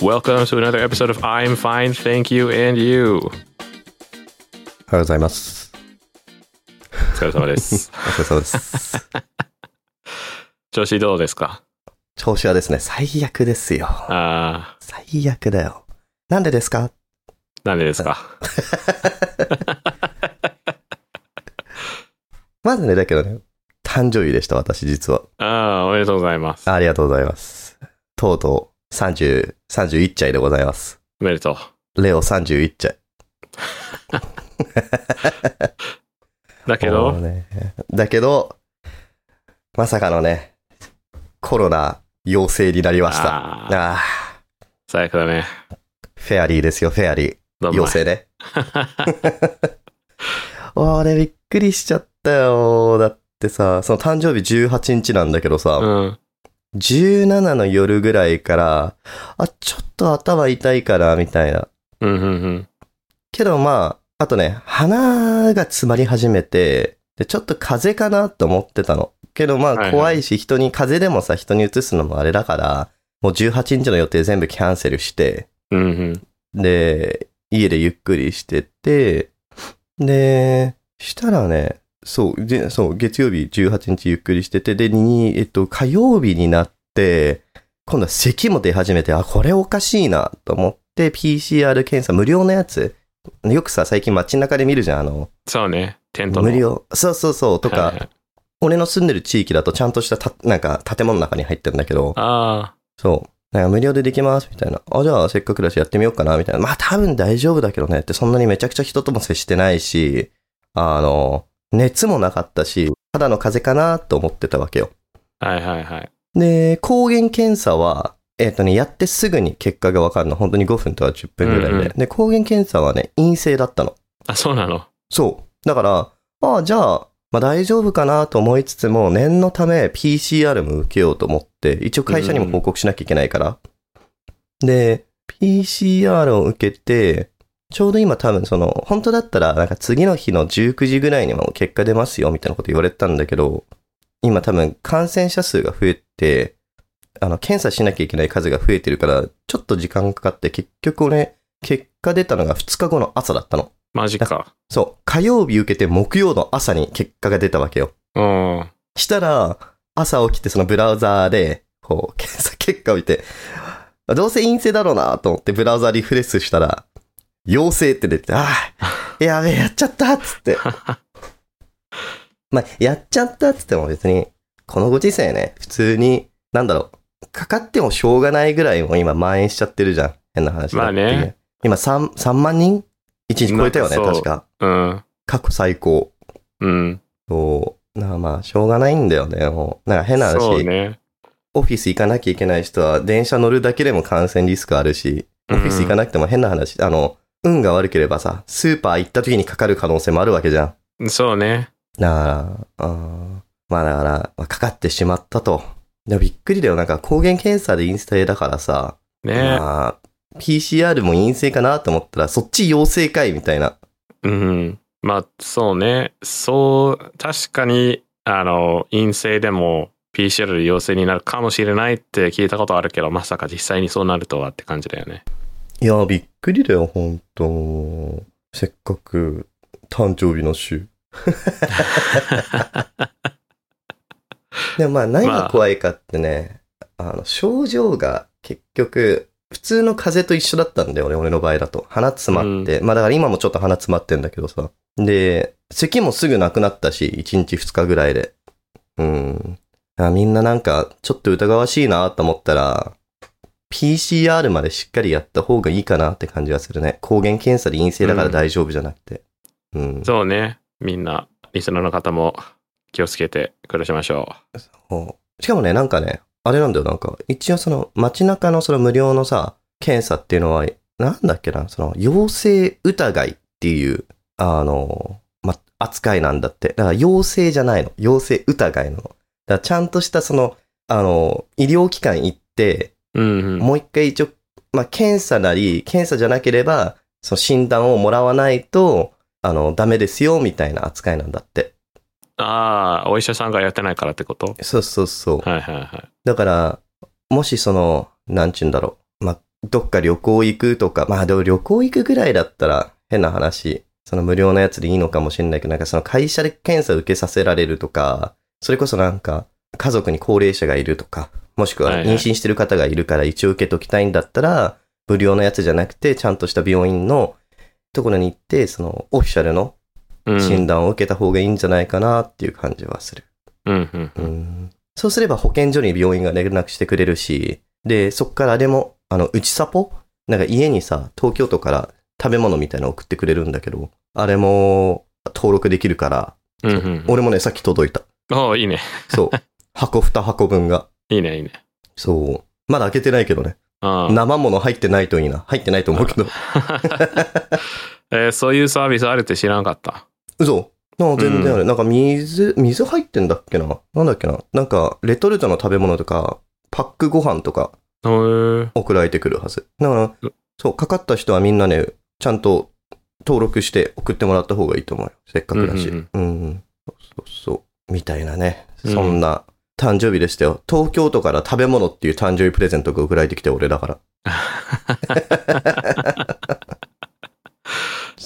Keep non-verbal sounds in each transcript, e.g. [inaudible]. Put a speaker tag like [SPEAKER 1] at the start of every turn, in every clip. [SPEAKER 1] Welcome to another episode of I'm Fine, Thank You and You.
[SPEAKER 2] おはようございます。
[SPEAKER 1] お疲れ様です
[SPEAKER 2] [laughs] お。疲れ様です。
[SPEAKER 1] [laughs] 調子どうですか
[SPEAKER 2] 調子はですね、最悪ですよ。
[SPEAKER 1] あ
[SPEAKER 2] 最悪だよ。なんでで
[SPEAKER 1] [laughs]
[SPEAKER 2] すか
[SPEAKER 1] ー、なんでですか
[SPEAKER 2] まずね、だけどね、誕生日でした、私、実は。
[SPEAKER 1] あー、おめでとうございます。
[SPEAKER 2] ありがとうございます。とうとう、30、31歳でございます。
[SPEAKER 1] おめでと
[SPEAKER 2] レオ31歳。
[SPEAKER 1] う。だけ
[SPEAKER 2] もう
[SPEAKER 1] ど、
[SPEAKER 2] ねだけど、まさかのね、コロナ陽性になりました。
[SPEAKER 1] あー
[SPEAKER 2] ああー、
[SPEAKER 1] 最悪だね。
[SPEAKER 2] フェアリーですよ、フェアリー。
[SPEAKER 1] どんまい
[SPEAKER 2] 妖精ね。 [laughs] 俺びっくりしちゃったよ。だってさ、その誕生日18日なんだけどさ、
[SPEAKER 1] うん。
[SPEAKER 2] 17の夜ぐらいから、あ、ちょっと頭痛いから、みたいな。
[SPEAKER 1] うん、うん、うん。
[SPEAKER 2] けどまあ、あとね、鼻が詰まり始めて、で、ちょっと風邪かなと思ってたの。けどま
[SPEAKER 1] はいは
[SPEAKER 2] あ
[SPEAKER 1] い
[SPEAKER 2] 怖いし、人に、風邪でもさ、人に移すのもあれだから、もう18日の予定全部キャンセルして、
[SPEAKER 1] うん、うん。
[SPEAKER 2] で、家でゆっくりしてて、で、したらね、そう、でそう月曜日18日ゆっくりしてて、で、に、えっと、火曜日になって、今度は咳も出始めて、あ、これおかしいな、と思って、PCR 検査無料のやつ。よくさ、最近街中で見るじゃん、あの、
[SPEAKER 1] そうね。テントの。
[SPEAKER 2] 無料。そうそうそう、とか、
[SPEAKER 1] はいはい
[SPEAKER 2] 俺の住んでる地域だとちゃんとしたた、なんか建物の中に入ってるんだけど、
[SPEAKER 1] あ
[SPEAKER 2] そう。なんか無料でできますみたいな。あ、じゃあせっかくだしやってみようかなみたいな。まあ多分大丈夫だけどねって、そんなにめちゃくちゃ人とも接してないし、あの、熱もなかったし、ただの風邪かなと思ってたわけよ。
[SPEAKER 1] ー、はいはいはい。
[SPEAKER 2] で、抗原検査は、えっ、とね、やってすぐに結果がわかるの。本当に5分とか10分ぐらいで。
[SPEAKER 1] うんうん
[SPEAKER 2] で、抗原検査はね、陰性だったの。
[SPEAKER 1] あ、そうなの。
[SPEAKER 2] そう。だから、ああ、じゃあ、まあ大丈夫かなと思いつつも、念のため PCR も受けようと思って、一応会社にも報告しなきゃいけないから。で、PCR を受けて、ちょうど今多分その、本当だったら、なんか次の日の19時ぐらいにはもう結果出ますよ、みたいなこと言われてたんだけど、今多分感染者数が増えて、あの、検査しなきゃいけない数が増えてるから、ちょっと時間かかって、結局俺、結果出たのが2日後の朝だったの。
[SPEAKER 1] マジか。
[SPEAKER 2] そう、火曜日受けて木曜の朝に結果が出たわけよ。
[SPEAKER 1] うん。
[SPEAKER 2] したら、朝起きてそのブラウザーで、こう、 [laughs] 検査結果を見て、どうせ陰性だろうなと思ってブラウザリフレッシュしたら、陽性って出て、あ
[SPEAKER 1] [laughs]
[SPEAKER 2] あ、やべえ、やっちゃったっつって。まあ、やっちゃったっつっても別に、このご時世ね、普通に、なんだろう、かかってもしょうがないぐらいもう今蔓延しちゃってるじゃん。変な話だ
[SPEAKER 1] まあね
[SPEAKER 2] っていう。今3、三万人 ?1 日超えたよね、
[SPEAKER 1] なんかそう
[SPEAKER 2] 確か。
[SPEAKER 1] うん。
[SPEAKER 2] 過去最高。
[SPEAKER 1] うん。
[SPEAKER 2] そう。なあまあ、しょうがないんだよね、もう。なんか変な話、
[SPEAKER 1] そうね。
[SPEAKER 2] オフィス行かなきゃいけない人は、電車乗るだけでも感染リスクあるし、オフィス行かなくても変な話、あの、運が悪ければさ、スーパー行った時にかかる可能性もあるわけじゃん。
[SPEAKER 1] そうね。
[SPEAKER 2] だから、あーまあだから、まあかかってしまったと。でもびっくりだよ、なんか抗原検査で陰性だからさ、
[SPEAKER 1] ね。
[SPEAKER 2] まあ、PCR も陰性かなと思ったら、そっち陽性かいみたいな。
[SPEAKER 1] うん。まあ、そうね。そう、確かに、あの、陰性でも PCR で陽性になるかもしれないって聞いたことあるけど、まさか実際にそうなるとはって感じだよね。
[SPEAKER 2] いや、びっくりだよ、ほんと。せっかく、誕生日の週。でもまあ、何が怖いかってね、あの、症状が結局、普通の風邪と一緒だったんだよね、俺の場合だと。鼻詰まって。まあだから今もちょっと鼻詰まってんだけどさ。で、咳もすぐなくなったし、1日2日ぐらいで。うん。あみんななんか、ちょっと疑わしいなと思ったら、PCR までしっかりやった方がいいかなって感じがするね。抗原検査で陰性だから大丈夫じゃなくて。うん。
[SPEAKER 1] そうね。みんな、リスナーの方も気をつけて暮らしましょ
[SPEAKER 2] しかもね、なんかね、あれなんだよ、なんか、一応その街中のその無料のさ、検査っていうのは、なんだっけな、その、陽性疑いっていう、あの、ま、扱いなんだって。だから陽性じゃないの。陽性疑いなの。だからちゃんとしたその、あの、医療機関行って、
[SPEAKER 1] う。うん、うん。
[SPEAKER 2] もう一回一応、まあ、検査なり、検査じゃなければ、その診断をもらわないと、あの、ダメですよ、みたいな扱いなんだって。
[SPEAKER 1] ああ、お医者さんがやってないからってこと
[SPEAKER 2] そうそうそう。
[SPEAKER 1] はいはいはい。
[SPEAKER 2] だから、もしその、なんちゅうんだろう。まあ、どっか旅行行くとか、まあでも旅行行くぐらいだったら変な話、その無料のやつでいいのかもしれないけど、なんかその会社で検査受けさせられるとか、それこそなんか家族に高齢者がいるとか、もしくは
[SPEAKER 1] はいはい
[SPEAKER 2] 妊娠してる方がいるから一応受けときたいんだったら、無料のやつじゃなくて、ちゃんとした病院のところに行って、そのオフィシャルの
[SPEAKER 1] うん。
[SPEAKER 2] 診断を受けた方がいいんじゃないかなっていう感じはする。
[SPEAKER 1] うんうん
[SPEAKER 2] う。んそうすれば保健所に病院が連絡してくれるし、で、そっからあれも、あの、うちさぽなんか家にさ、東京都から食べ物みたいなの送ってくれるんだけど、あれも登録できるから、
[SPEAKER 1] うんうん。
[SPEAKER 2] 俺もね、さっき届いた。
[SPEAKER 1] おーいいね。
[SPEAKER 2] そう。箱2箱分が。
[SPEAKER 1] いいね、いいね。
[SPEAKER 2] そう。まだ開けてないけどね。
[SPEAKER 1] ああ。
[SPEAKER 2] 生もの入ってないといいな。入ってないと思うけど。
[SPEAKER 1] えーそういうサービスあるって知らなかった。
[SPEAKER 2] 嘘なんか全然ある。なんか水、水入ってんだっけななんだっけななんか、レトルトの食べ物とか、パックご飯とか、
[SPEAKER 1] へー
[SPEAKER 2] 送られてくるはず。だか
[SPEAKER 1] う
[SPEAKER 2] ら、そう、かかった人はみんなね、ちゃんと登録して送ってもらった方がいいと思うよ。せっかくだし。
[SPEAKER 1] うん
[SPEAKER 2] うんそうそうそう。みたいなね。
[SPEAKER 1] うん
[SPEAKER 2] そんな誕生日でしたよ。東京都から食べ物っていう誕生日プレゼントが送られてきて俺だから。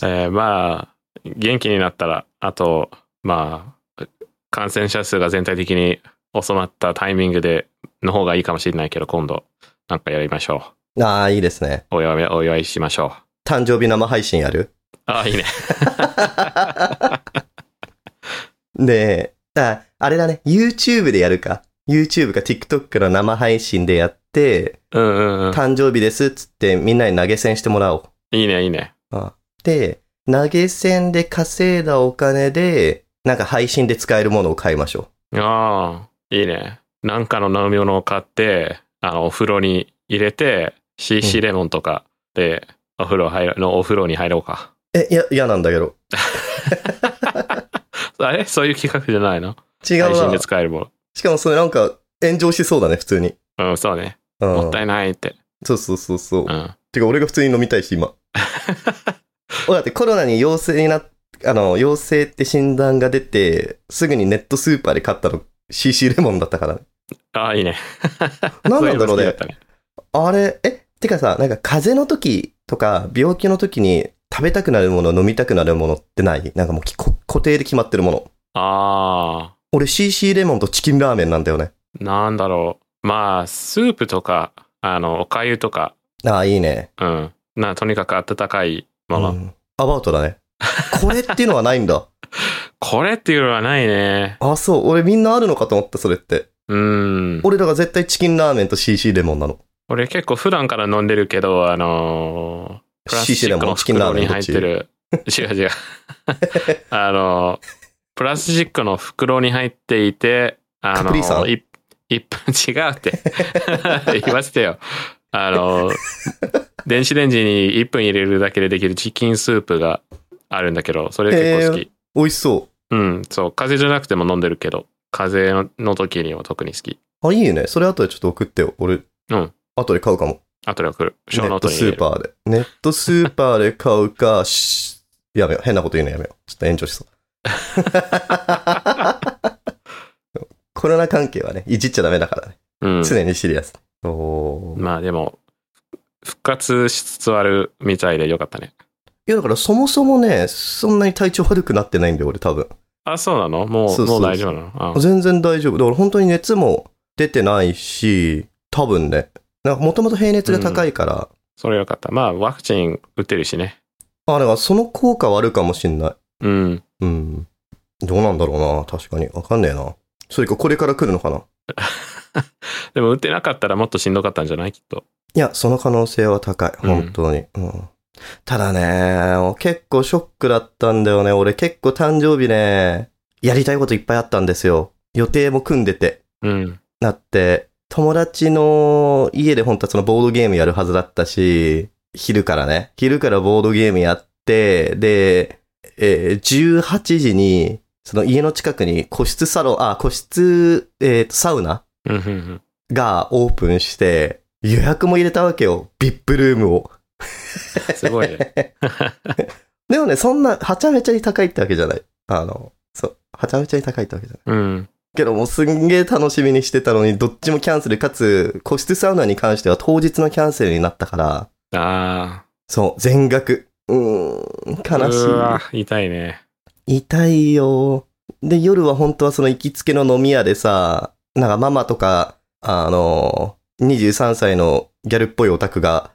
[SPEAKER 1] えーまあ、元気になったら、あと、まあ、感染者数が全体的に収まったタイミングで、の方がいいかもしれないけど、今度、なんかやりましょ
[SPEAKER 2] ああ、いいですね。
[SPEAKER 1] う。お祝い、お祝いしましょう。
[SPEAKER 2] 誕生日生配信やる
[SPEAKER 1] ああ、いいね。
[SPEAKER 2] で、あ、あれだね。YouTube でやるか。YouTube か TikTok の生配信でやって、
[SPEAKER 1] うんうんうん。
[SPEAKER 2] 誕生日ですっつってみんなに投げ銭してもらおう。
[SPEAKER 1] いいね、いいね。
[SPEAKER 2] で、投げ銭で稼いだお金で、なんか配信で使えるものを買いましょ
[SPEAKER 1] ああ、いいね。なんかの飲み物を買って、あの、お風呂に入れて、
[SPEAKER 2] う
[SPEAKER 1] CC レモンとかで、お風呂入る、のお風呂に入ろうか。
[SPEAKER 2] う。え、いや、嫌なんだけど。
[SPEAKER 1] あれそういう企画じゃないの
[SPEAKER 2] 違
[SPEAKER 1] 配
[SPEAKER 2] う
[SPEAKER 1] 信
[SPEAKER 2] な
[SPEAKER 1] で。使えるも
[SPEAKER 2] しかもそれなんか炎上しそうだね、普通に。
[SPEAKER 1] の。うん、そうね。
[SPEAKER 2] うん。
[SPEAKER 1] もったいないって。
[SPEAKER 2] そうそうそうそ
[SPEAKER 1] う
[SPEAKER 2] う。
[SPEAKER 1] ん。
[SPEAKER 2] てか俺が普通に飲みたいし、
[SPEAKER 1] [laughs]
[SPEAKER 2] 今。俺だってコロナに陽性になっ、あの、陽性って診断が出て、すぐにネットスーパーで買ったの CC レモンだったからね。
[SPEAKER 1] ああ、いいね。
[SPEAKER 2] なんなんだろ
[SPEAKER 1] [laughs]
[SPEAKER 2] う
[SPEAKER 1] そいの好きっ。た
[SPEAKER 2] ね
[SPEAKER 1] ね。
[SPEAKER 2] あれ、え、てかさ、なんか風邪の時とか病気の時に食べたくなるもの、飲みたくなるものってないなんかもうきこ固定で決まってるもの。
[SPEAKER 1] あ
[SPEAKER 2] 俺 CC レモンとチキンラーメンなんだよね。
[SPEAKER 1] あ、なんだろう。まあ、スープとか、あの、おかゆとか、
[SPEAKER 2] ああ、いいね。
[SPEAKER 1] うん。な、とにかく温かいもの。
[SPEAKER 2] うんアバウトだね。これっていうのはないんだ。 [laughs]
[SPEAKER 1] これっていうのはないね。
[SPEAKER 2] あ、そう。俺みんなあるのかと思った、それって。
[SPEAKER 1] うん。
[SPEAKER 2] 俺らが絶対チキンラーメンと CC レモンなの。
[SPEAKER 1] 俺結構普段から飲んでるけど、あのー、プラスチ
[SPEAKER 2] CC レ
[SPEAKER 1] ック
[SPEAKER 2] モ
[SPEAKER 1] の
[SPEAKER 2] ン、チキンラ
[SPEAKER 1] 袋
[SPEAKER 2] ーメ
[SPEAKER 1] に
[SPEAKER 2] ンど
[SPEAKER 1] 入
[SPEAKER 2] っ
[SPEAKER 1] っ
[SPEAKER 2] ち。
[SPEAKER 1] てる。違う違う。 [laughs] あのー、プラスチックの袋に入っていて、あ
[SPEAKER 2] カ
[SPEAKER 1] の
[SPEAKER 2] プリさん
[SPEAKER 1] ー、い一 [laughs] 分違うって。言わせて [laughs] よ。あのー、電子レンジに1分入れるだけでできるチキンスープがあるんだけど、それ結構好き。
[SPEAKER 2] 美味しそ
[SPEAKER 1] うん、そう。風邪じゃなくても飲んでるけど、風邪の時には特に好き。
[SPEAKER 2] う。あ、いいね。それ後でちょっと送ってよ。俺。
[SPEAKER 1] うん。
[SPEAKER 2] 後で買うかも。
[SPEAKER 1] あとで送る。
[SPEAKER 2] ネ
[SPEAKER 1] ショー
[SPEAKER 2] ッ
[SPEAKER 1] ノー
[SPEAKER 2] ト
[SPEAKER 1] トに
[SPEAKER 2] ス
[SPEAKER 1] 入れ
[SPEAKER 2] ー
[SPEAKER 1] る。
[SPEAKER 2] パーで。ネットスーパーで買うか、しやめよう。変なこと言うのやめよう。ちょっと炎
[SPEAKER 1] [laughs]
[SPEAKER 2] 上しそう。コロナ関係はね、いじっちゃダメだからね。
[SPEAKER 1] うん。
[SPEAKER 2] 常にシリアス。おー
[SPEAKER 1] まあでも、復活しつつあるみたいでよかったね。
[SPEAKER 2] いや、だからそもそもね、そんなに体調悪くなってないんだよ、俺多分。
[SPEAKER 1] あ、そうなのもう、
[SPEAKER 2] そうそうそう
[SPEAKER 1] もう大丈夫なのあ
[SPEAKER 2] 全然大丈夫。だから本当に熱も出てないし、多分ね。なんかもともと平熱が高いから、
[SPEAKER 1] それよかった。まあ、ワクチン打ってるしね。
[SPEAKER 2] あ、だからその効果はあるかもしんない。
[SPEAKER 1] うん。
[SPEAKER 2] うん。どうなんだろうな、確かに。わかんねえな。それかこれから来るのかな
[SPEAKER 1] でも、打ってなかったらもっとしんどかったんじゃないきっと。
[SPEAKER 2] いや、その可能性は高い。
[SPEAKER 1] うん
[SPEAKER 2] 本当に。うんただね、結構ショックだったんだよね。俺結構誕生日ね、やりたいこといっぱいあったんですよ。予定も組んでて。
[SPEAKER 1] うん。
[SPEAKER 2] だって、友達の家で本当はそのボードゲームやるはずだったし、昼からね。昼からボードゲームやって、で、えー18時に、その家の近くに個室サロン、あ、個室、えーと、サウナ
[SPEAKER 1] うん、うんうん。
[SPEAKER 2] がオープンして、予約も入れたわけよ。VIP ルームを。 [laughs]
[SPEAKER 1] すごいね。
[SPEAKER 2] でもね、そんな、はちゃめちゃに高いってわけじゃない。あの、そう、はちゃめちゃに高いってわけじゃない。
[SPEAKER 1] うん。
[SPEAKER 2] けどもうすんげえ楽しみにしてたのに、どっちもキャンセル、かつ、個室サウナに関しては当日のキャンセルになったから、
[SPEAKER 1] あ
[SPEAKER 2] そう、全額。うー
[SPEAKER 1] あ。
[SPEAKER 2] ん、悲し
[SPEAKER 1] うわ、痛いね。
[SPEAKER 2] い。痛いよ。で、夜は本当はその行きつけの飲み屋でさ、なんかママとか、あの、23歳のギャルっぽいオタ
[SPEAKER 1] [laughs]
[SPEAKER 2] クが、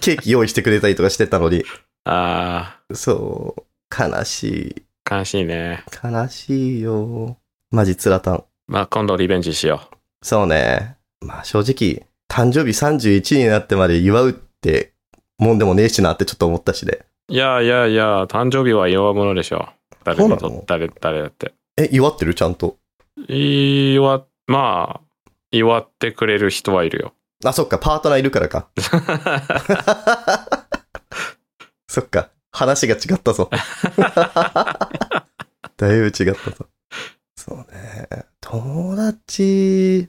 [SPEAKER 2] ケーキ用意してくれたりとかしてたのに、
[SPEAKER 1] あ
[SPEAKER 2] そう、悲しい。
[SPEAKER 1] あ、悲しいね。
[SPEAKER 2] 悲しいよ。マジつらたん。
[SPEAKER 1] まあ、今度リベンジしよ
[SPEAKER 2] そうね。まあ正直、誕生日31になってまで祝うって、もんでもねえしなってちょっと思ったしで。
[SPEAKER 1] う。いやいやいや、誕生日は弱者でしょ。誰に
[SPEAKER 2] そ
[SPEAKER 1] と
[SPEAKER 2] うなの
[SPEAKER 1] 誰、誰だって。
[SPEAKER 2] え、祝ってるちゃんと。
[SPEAKER 1] 祝、まあ、祝ってくれる人はいるよ。
[SPEAKER 2] あ、そっか、パートナーいるか
[SPEAKER 1] [laughs]
[SPEAKER 2] らか。そっか、話が違
[SPEAKER 1] [laughs]
[SPEAKER 2] ったぞ。だいぶ違ったぞ。そうね。友達、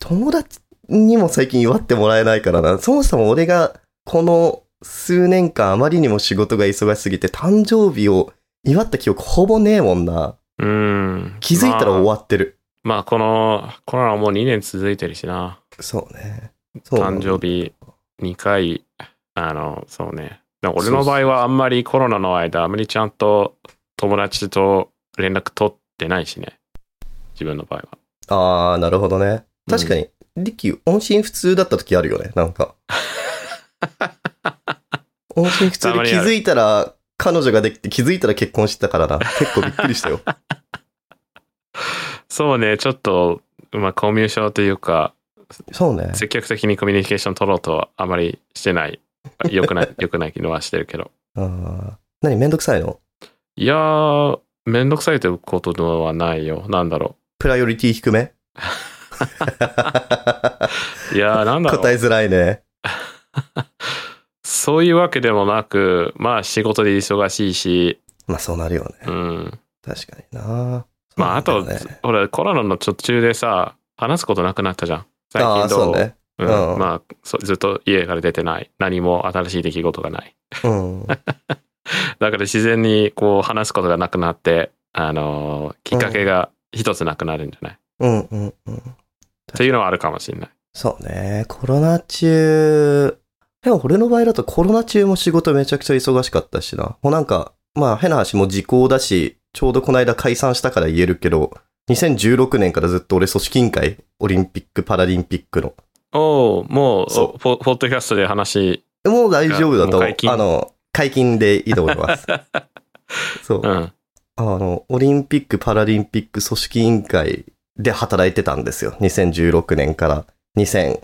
[SPEAKER 2] 友達にも最近祝ってもらえないからな。そもそも俺がこの数年間あまりにも仕事が忙しすぎて誕生日を祝った記憶ほぼねえもんな。
[SPEAKER 1] うん。
[SPEAKER 2] 気づいたら終
[SPEAKER 1] まあ、
[SPEAKER 2] わってる。
[SPEAKER 1] まあ、この、コロナもう2年続いてるしな。
[SPEAKER 2] そうね。そう
[SPEAKER 1] 誕生日2回、あの、そうね。でも俺の場合はあんまりコロナの間、あまりちゃんと友達と連絡取ってないしね。自分の場合は。
[SPEAKER 2] あー、なるほどね。確かに、リキ、音信不通だった時あるよね、なんか。音信不通で気づいたら、彼女ができて気づいたら結婚してたからな。結構びっくりしたよ。
[SPEAKER 1] そうね、ちょっと、まあ、コミュ障というか、
[SPEAKER 2] そうね。
[SPEAKER 1] 積極的にコミュニケーション取ろうとはあまりしてない。良く [laughs] ない、良くないのはしてるけど。
[SPEAKER 2] あー何、めんどくさいの
[SPEAKER 1] いやー、めんどくさいということではないよ。なんだろ
[SPEAKER 2] プライオリティ低め
[SPEAKER 1] う。いやー、なんだろう。
[SPEAKER 2] 答えづらいね。
[SPEAKER 1] そういうわけでもなく、まあ仕事で忙しいし、
[SPEAKER 2] まあそうなるよね。
[SPEAKER 1] うん。
[SPEAKER 2] 確かにな。
[SPEAKER 1] まああ
[SPEAKER 2] そう
[SPEAKER 1] と
[SPEAKER 2] なんだよね、
[SPEAKER 1] ほら、コロナの途中でさ、話すことなくなったじゃん。最
[SPEAKER 2] あ
[SPEAKER 1] 近
[SPEAKER 2] あー、
[SPEAKER 1] どう
[SPEAKER 2] そうね。
[SPEAKER 1] うん
[SPEAKER 2] うん
[SPEAKER 1] まあそずっと家から出てない。何も新しい出来事がない。
[SPEAKER 2] うん。
[SPEAKER 1] だから自然にこう話すことがなくなって、あのーきっかけが一つなくなるんじゃない、
[SPEAKER 2] うんうんうん。
[SPEAKER 1] っていうのはあるかもしれない。
[SPEAKER 2] そうね、コロナ中、でも俺の場合だとコロナ中も仕事めちゃくちゃ忙しかったしな。もうなんか、まあ変な話もう時効だし、ちょうどこの間解散したから言えるけど、2016年からずっと俺組織委員会、オリンピック、パラリンピックの。
[SPEAKER 1] おおもう
[SPEAKER 2] そ
[SPEAKER 1] ポ、ポッドキャストで話、
[SPEAKER 2] もう大丈夫だ
[SPEAKER 1] も
[SPEAKER 2] と
[SPEAKER 1] う解禁
[SPEAKER 2] あの、解禁でいいと思
[SPEAKER 1] [laughs]
[SPEAKER 2] います。そう
[SPEAKER 1] う。ん。
[SPEAKER 2] あの、オリンピック・パラリンピック組織委員会で働いてたんですよ。2016年から2000、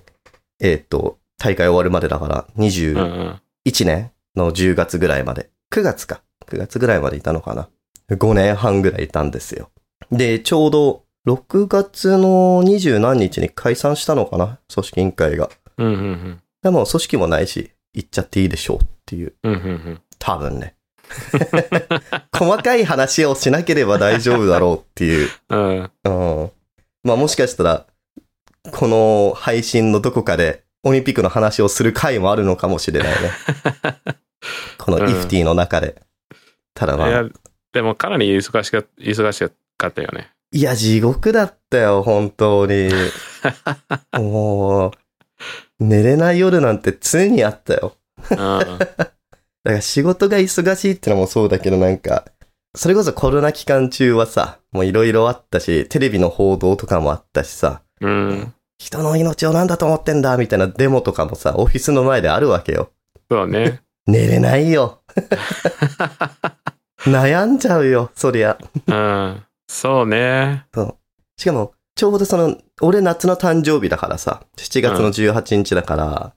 [SPEAKER 2] えっ、と、大会終わるまでだから、20、
[SPEAKER 1] うんうん。
[SPEAKER 2] 1年の10月ぐらいまで。9月か。9月ぐらいまでいたのかな。5年半ぐらいいたんですよ。で、ちょうど6月の20何日に解散したのかな組織委員会が。
[SPEAKER 1] うんうんうん。
[SPEAKER 2] でも組織もないし、行っちゃっていいでしょうっていう。
[SPEAKER 1] うんうんうん。
[SPEAKER 2] 多分ね。 [laughs] 細かい話をしなければ大丈夫だろうっていう。
[SPEAKER 1] うん。
[SPEAKER 2] うん。まあもしかしたら、この配信のどこかでオリンピックの話をする回もあるのかもしれ
[SPEAKER 1] [laughs]
[SPEAKER 2] ないね。このイフティの中で。ただま
[SPEAKER 1] い
[SPEAKER 2] あ、
[SPEAKER 1] や、でもかなり忙しか忙しかったよね。
[SPEAKER 2] いや、地獄だったよ、本
[SPEAKER 1] [laughs]
[SPEAKER 2] 当に。もう、寝れない夜なんて常にあったよ。 [laughs]
[SPEAKER 1] う
[SPEAKER 2] だから仕事が忙しいってのもそうだけどなんか、それこそコロナ期間中はさ、もういろいろあったし、テレビの報道とかもあったしさ、
[SPEAKER 1] ん。うん。
[SPEAKER 2] 人の命を何だと思ってんだみたいなデモとかもさ、オフィスの前であるわけよ。
[SPEAKER 1] そうね。
[SPEAKER 2] 寝れな
[SPEAKER 1] [laughs]
[SPEAKER 2] いよ。悩んじゃうよ、そりゃ。
[SPEAKER 1] うん。そうね。
[SPEAKER 2] しかも、ちょうどその、俺夏の誕生日だからさ、7月の18日だから、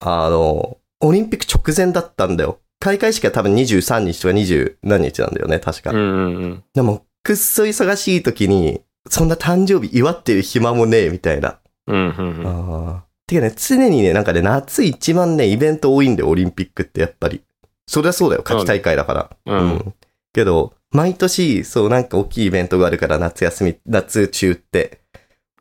[SPEAKER 2] あの、オリンピック直前だったんだよ。開会式は多分23日とか20何日なんだよね、確か。
[SPEAKER 1] うんうんうん。
[SPEAKER 2] でも、くっそ忙しい時に、そんな誕生日祝ってる暇もねえ、みたいな。
[SPEAKER 1] うんうんうん。
[SPEAKER 2] ああ。てかね、常にね、なんかね、夏一番ね、イベント多いんで、オリンピックってやっぱり。そりゃそうだよ、夏季大会だから。
[SPEAKER 1] うん
[SPEAKER 2] けど、毎年、そう、なんか大きいイベントがあるから、夏休み、夏中って。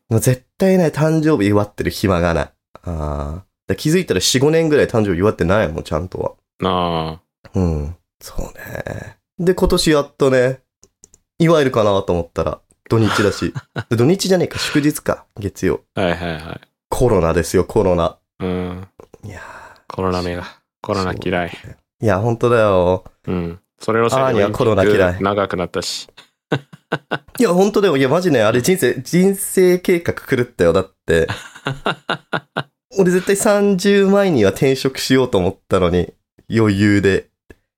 [SPEAKER 2] もう絶対ね、誕生日祝ってる暇がない。ああ。だ気づいたら4、5年ぐらい誕生日祝ってないもん、ちゃんとは。
[SPEAKER 1] あ
[SPEAKER 2] うん。そうね。で、今年やっとね、祝えるかなと思ったら、土日
[SPEAKER 1] [laughs]
[SPEAKER 2] だし。で土日じゃねえか、祝日か、月曜。
[SPEAKER 1] はいはいはい。
[SPEAKER 2] コロナですよ、コロナ。
[SPEAKER 1] うん。
[SPEAKER 2] いや
[SPEAKER 1] コロナ目が。コロナ嫌い。
[SPEAKER 2] ーいや、本当だよ。
[SPEAKER 1] うん。それのせい
[SPEAKER 2] あーにはコロナ嫌い
[SPEAKER 1] 長くなったし。
[SPEAKER 2] いや、本当だよ。いや、マジね、あれ人生、人生計画狂ったよ。
[SPEAKER 1] [laughs]
[SPEAKER 2] だって。俺絶対30前には転職しようと思ったのに、余裕で。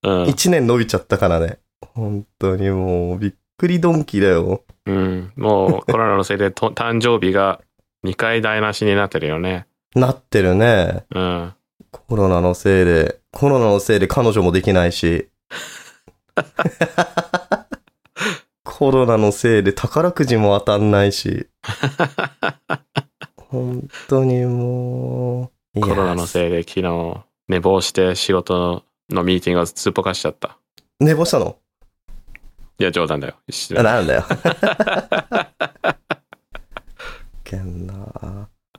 [SPEAKER 1] うん。
[SPEAKER 2] 1年伸びちゃったからね。本当にもう、びっくりドンキーだよ。
[SPEAKER 1] うん。もうコロナのせいでと [laughs] 誕生日が2回台無しになってるよね。
[SPEAKER 2] なってるね。
[SPEAKER 1] うん。
[SPEAKER 2] コロナのせいで、コロナのせいで彼女もできないし。コロナのせいで宝くじも当たんないし。本当にもう。
[SPEAKER 1] コロナの
[SPEAKER 2] いや。
[SPEAKER 1] せいで昨日寝坊して仕事のミーティングをすっぽかしちゃった。
[SPEAKER 2] 寝坊したの
[SPEAKER 1] いや、冗談だよ。一緒
[SPEAKER 2] あ
[SPEAKER 1] だ
[SPEAKER 2] なんだよ。けんな。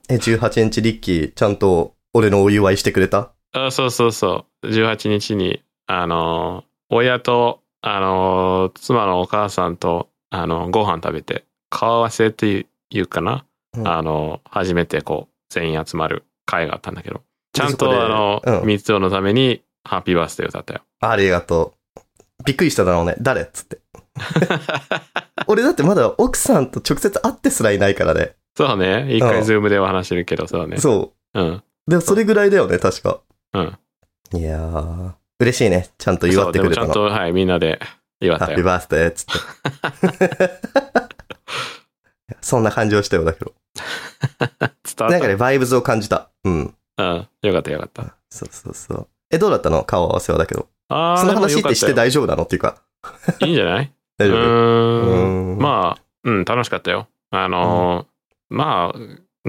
[SPEAKER 2] え、18日リッキー、ちゃんと俺のお祝いしてくれた
[SPEAKER 1] あそうそうそう。18日に、あのー、親と、あのー、妻のお母さんと、あのー、ご飯食べて、顔合わせっていうかな、
[SPEAKER 2] うん
[SPEAKER 1] あのー、初めてこう、全員集まる会があったんだけど、ちゃん
[SPEAKER 2] そこで
[SPEAKER 1] と、あのー、
[SPEAKER 2] うん
[SPEAKER 1] 三つのために、ハッピーバースデー歌ったよ。
[SPEAKER 2] ありがとう。びっくりしただろうね。誰っつって。 [laughs] 俺だってまだ奥さんと直接会ってすらいないからね。
[SPEAKER 1] そうね。一
[SPEAKER 2] うん
[SPEAKER 1] 回ズームでは話してるけど、そうね。
[SPEAKER 2] そ
[SPEAKER 1] うん。
[SPEAKER 2] う。でもそれぐらいだよね、確か。
[SPEAKER 1] うん。
[SPEAKER 2] いやー、嬉しいね。ちゃんと祝ってくれ
[SPEAKER 1] そう
[SPEAKER 2] た
[SPEAKER 1] でもちゃん
[SPEAKER 2] の。
[SPEAKER 1] と、はい、みんなで祝っ
[SPEAKER 2] ハ
[SPEAKER 1] た
[SPEAKER 2] ッピー
[SPEAKER 1] よ。
[SPEAKER 2] バースデーっつ
[SPEAKER 1] [laughs]
[SPEAKER 2] って。そんな感じをしたよ、だけど。
[SPEAKER 1] 伝わ
[SPEAKER 2] な
[SPEAKER 1] っ
[SPEAKER 2] んかね、バイブズを感じた。うん。
[SPEAKER 1] た。うん。よかったよかった。
[SPEAKER 2] そうそうそう。え、どうだったの顔合わせはだけど。
[SPEAKER 1] あー
[SPEAKER 2] その話
[SPEAKER 1] で
[SPEAKER 2] っ
[SPEAKER 1] もよかた
[SPEAKER 2] てし
[SPEAKER 1] よ
[SPEAKER 2] て大丈夫なのっていうか。
[SPEAKER 1] いいんじゃない
[SPEAKER 2] [laughs] 大丈
[SPEAKER 1] う
[SPEAKER 2] 夫
[SPEAKER 1] ーん
[SPEAKER 2] うーん
[SPEAKER 1] まあ、うん、楽しかったよ。あのー、まあ、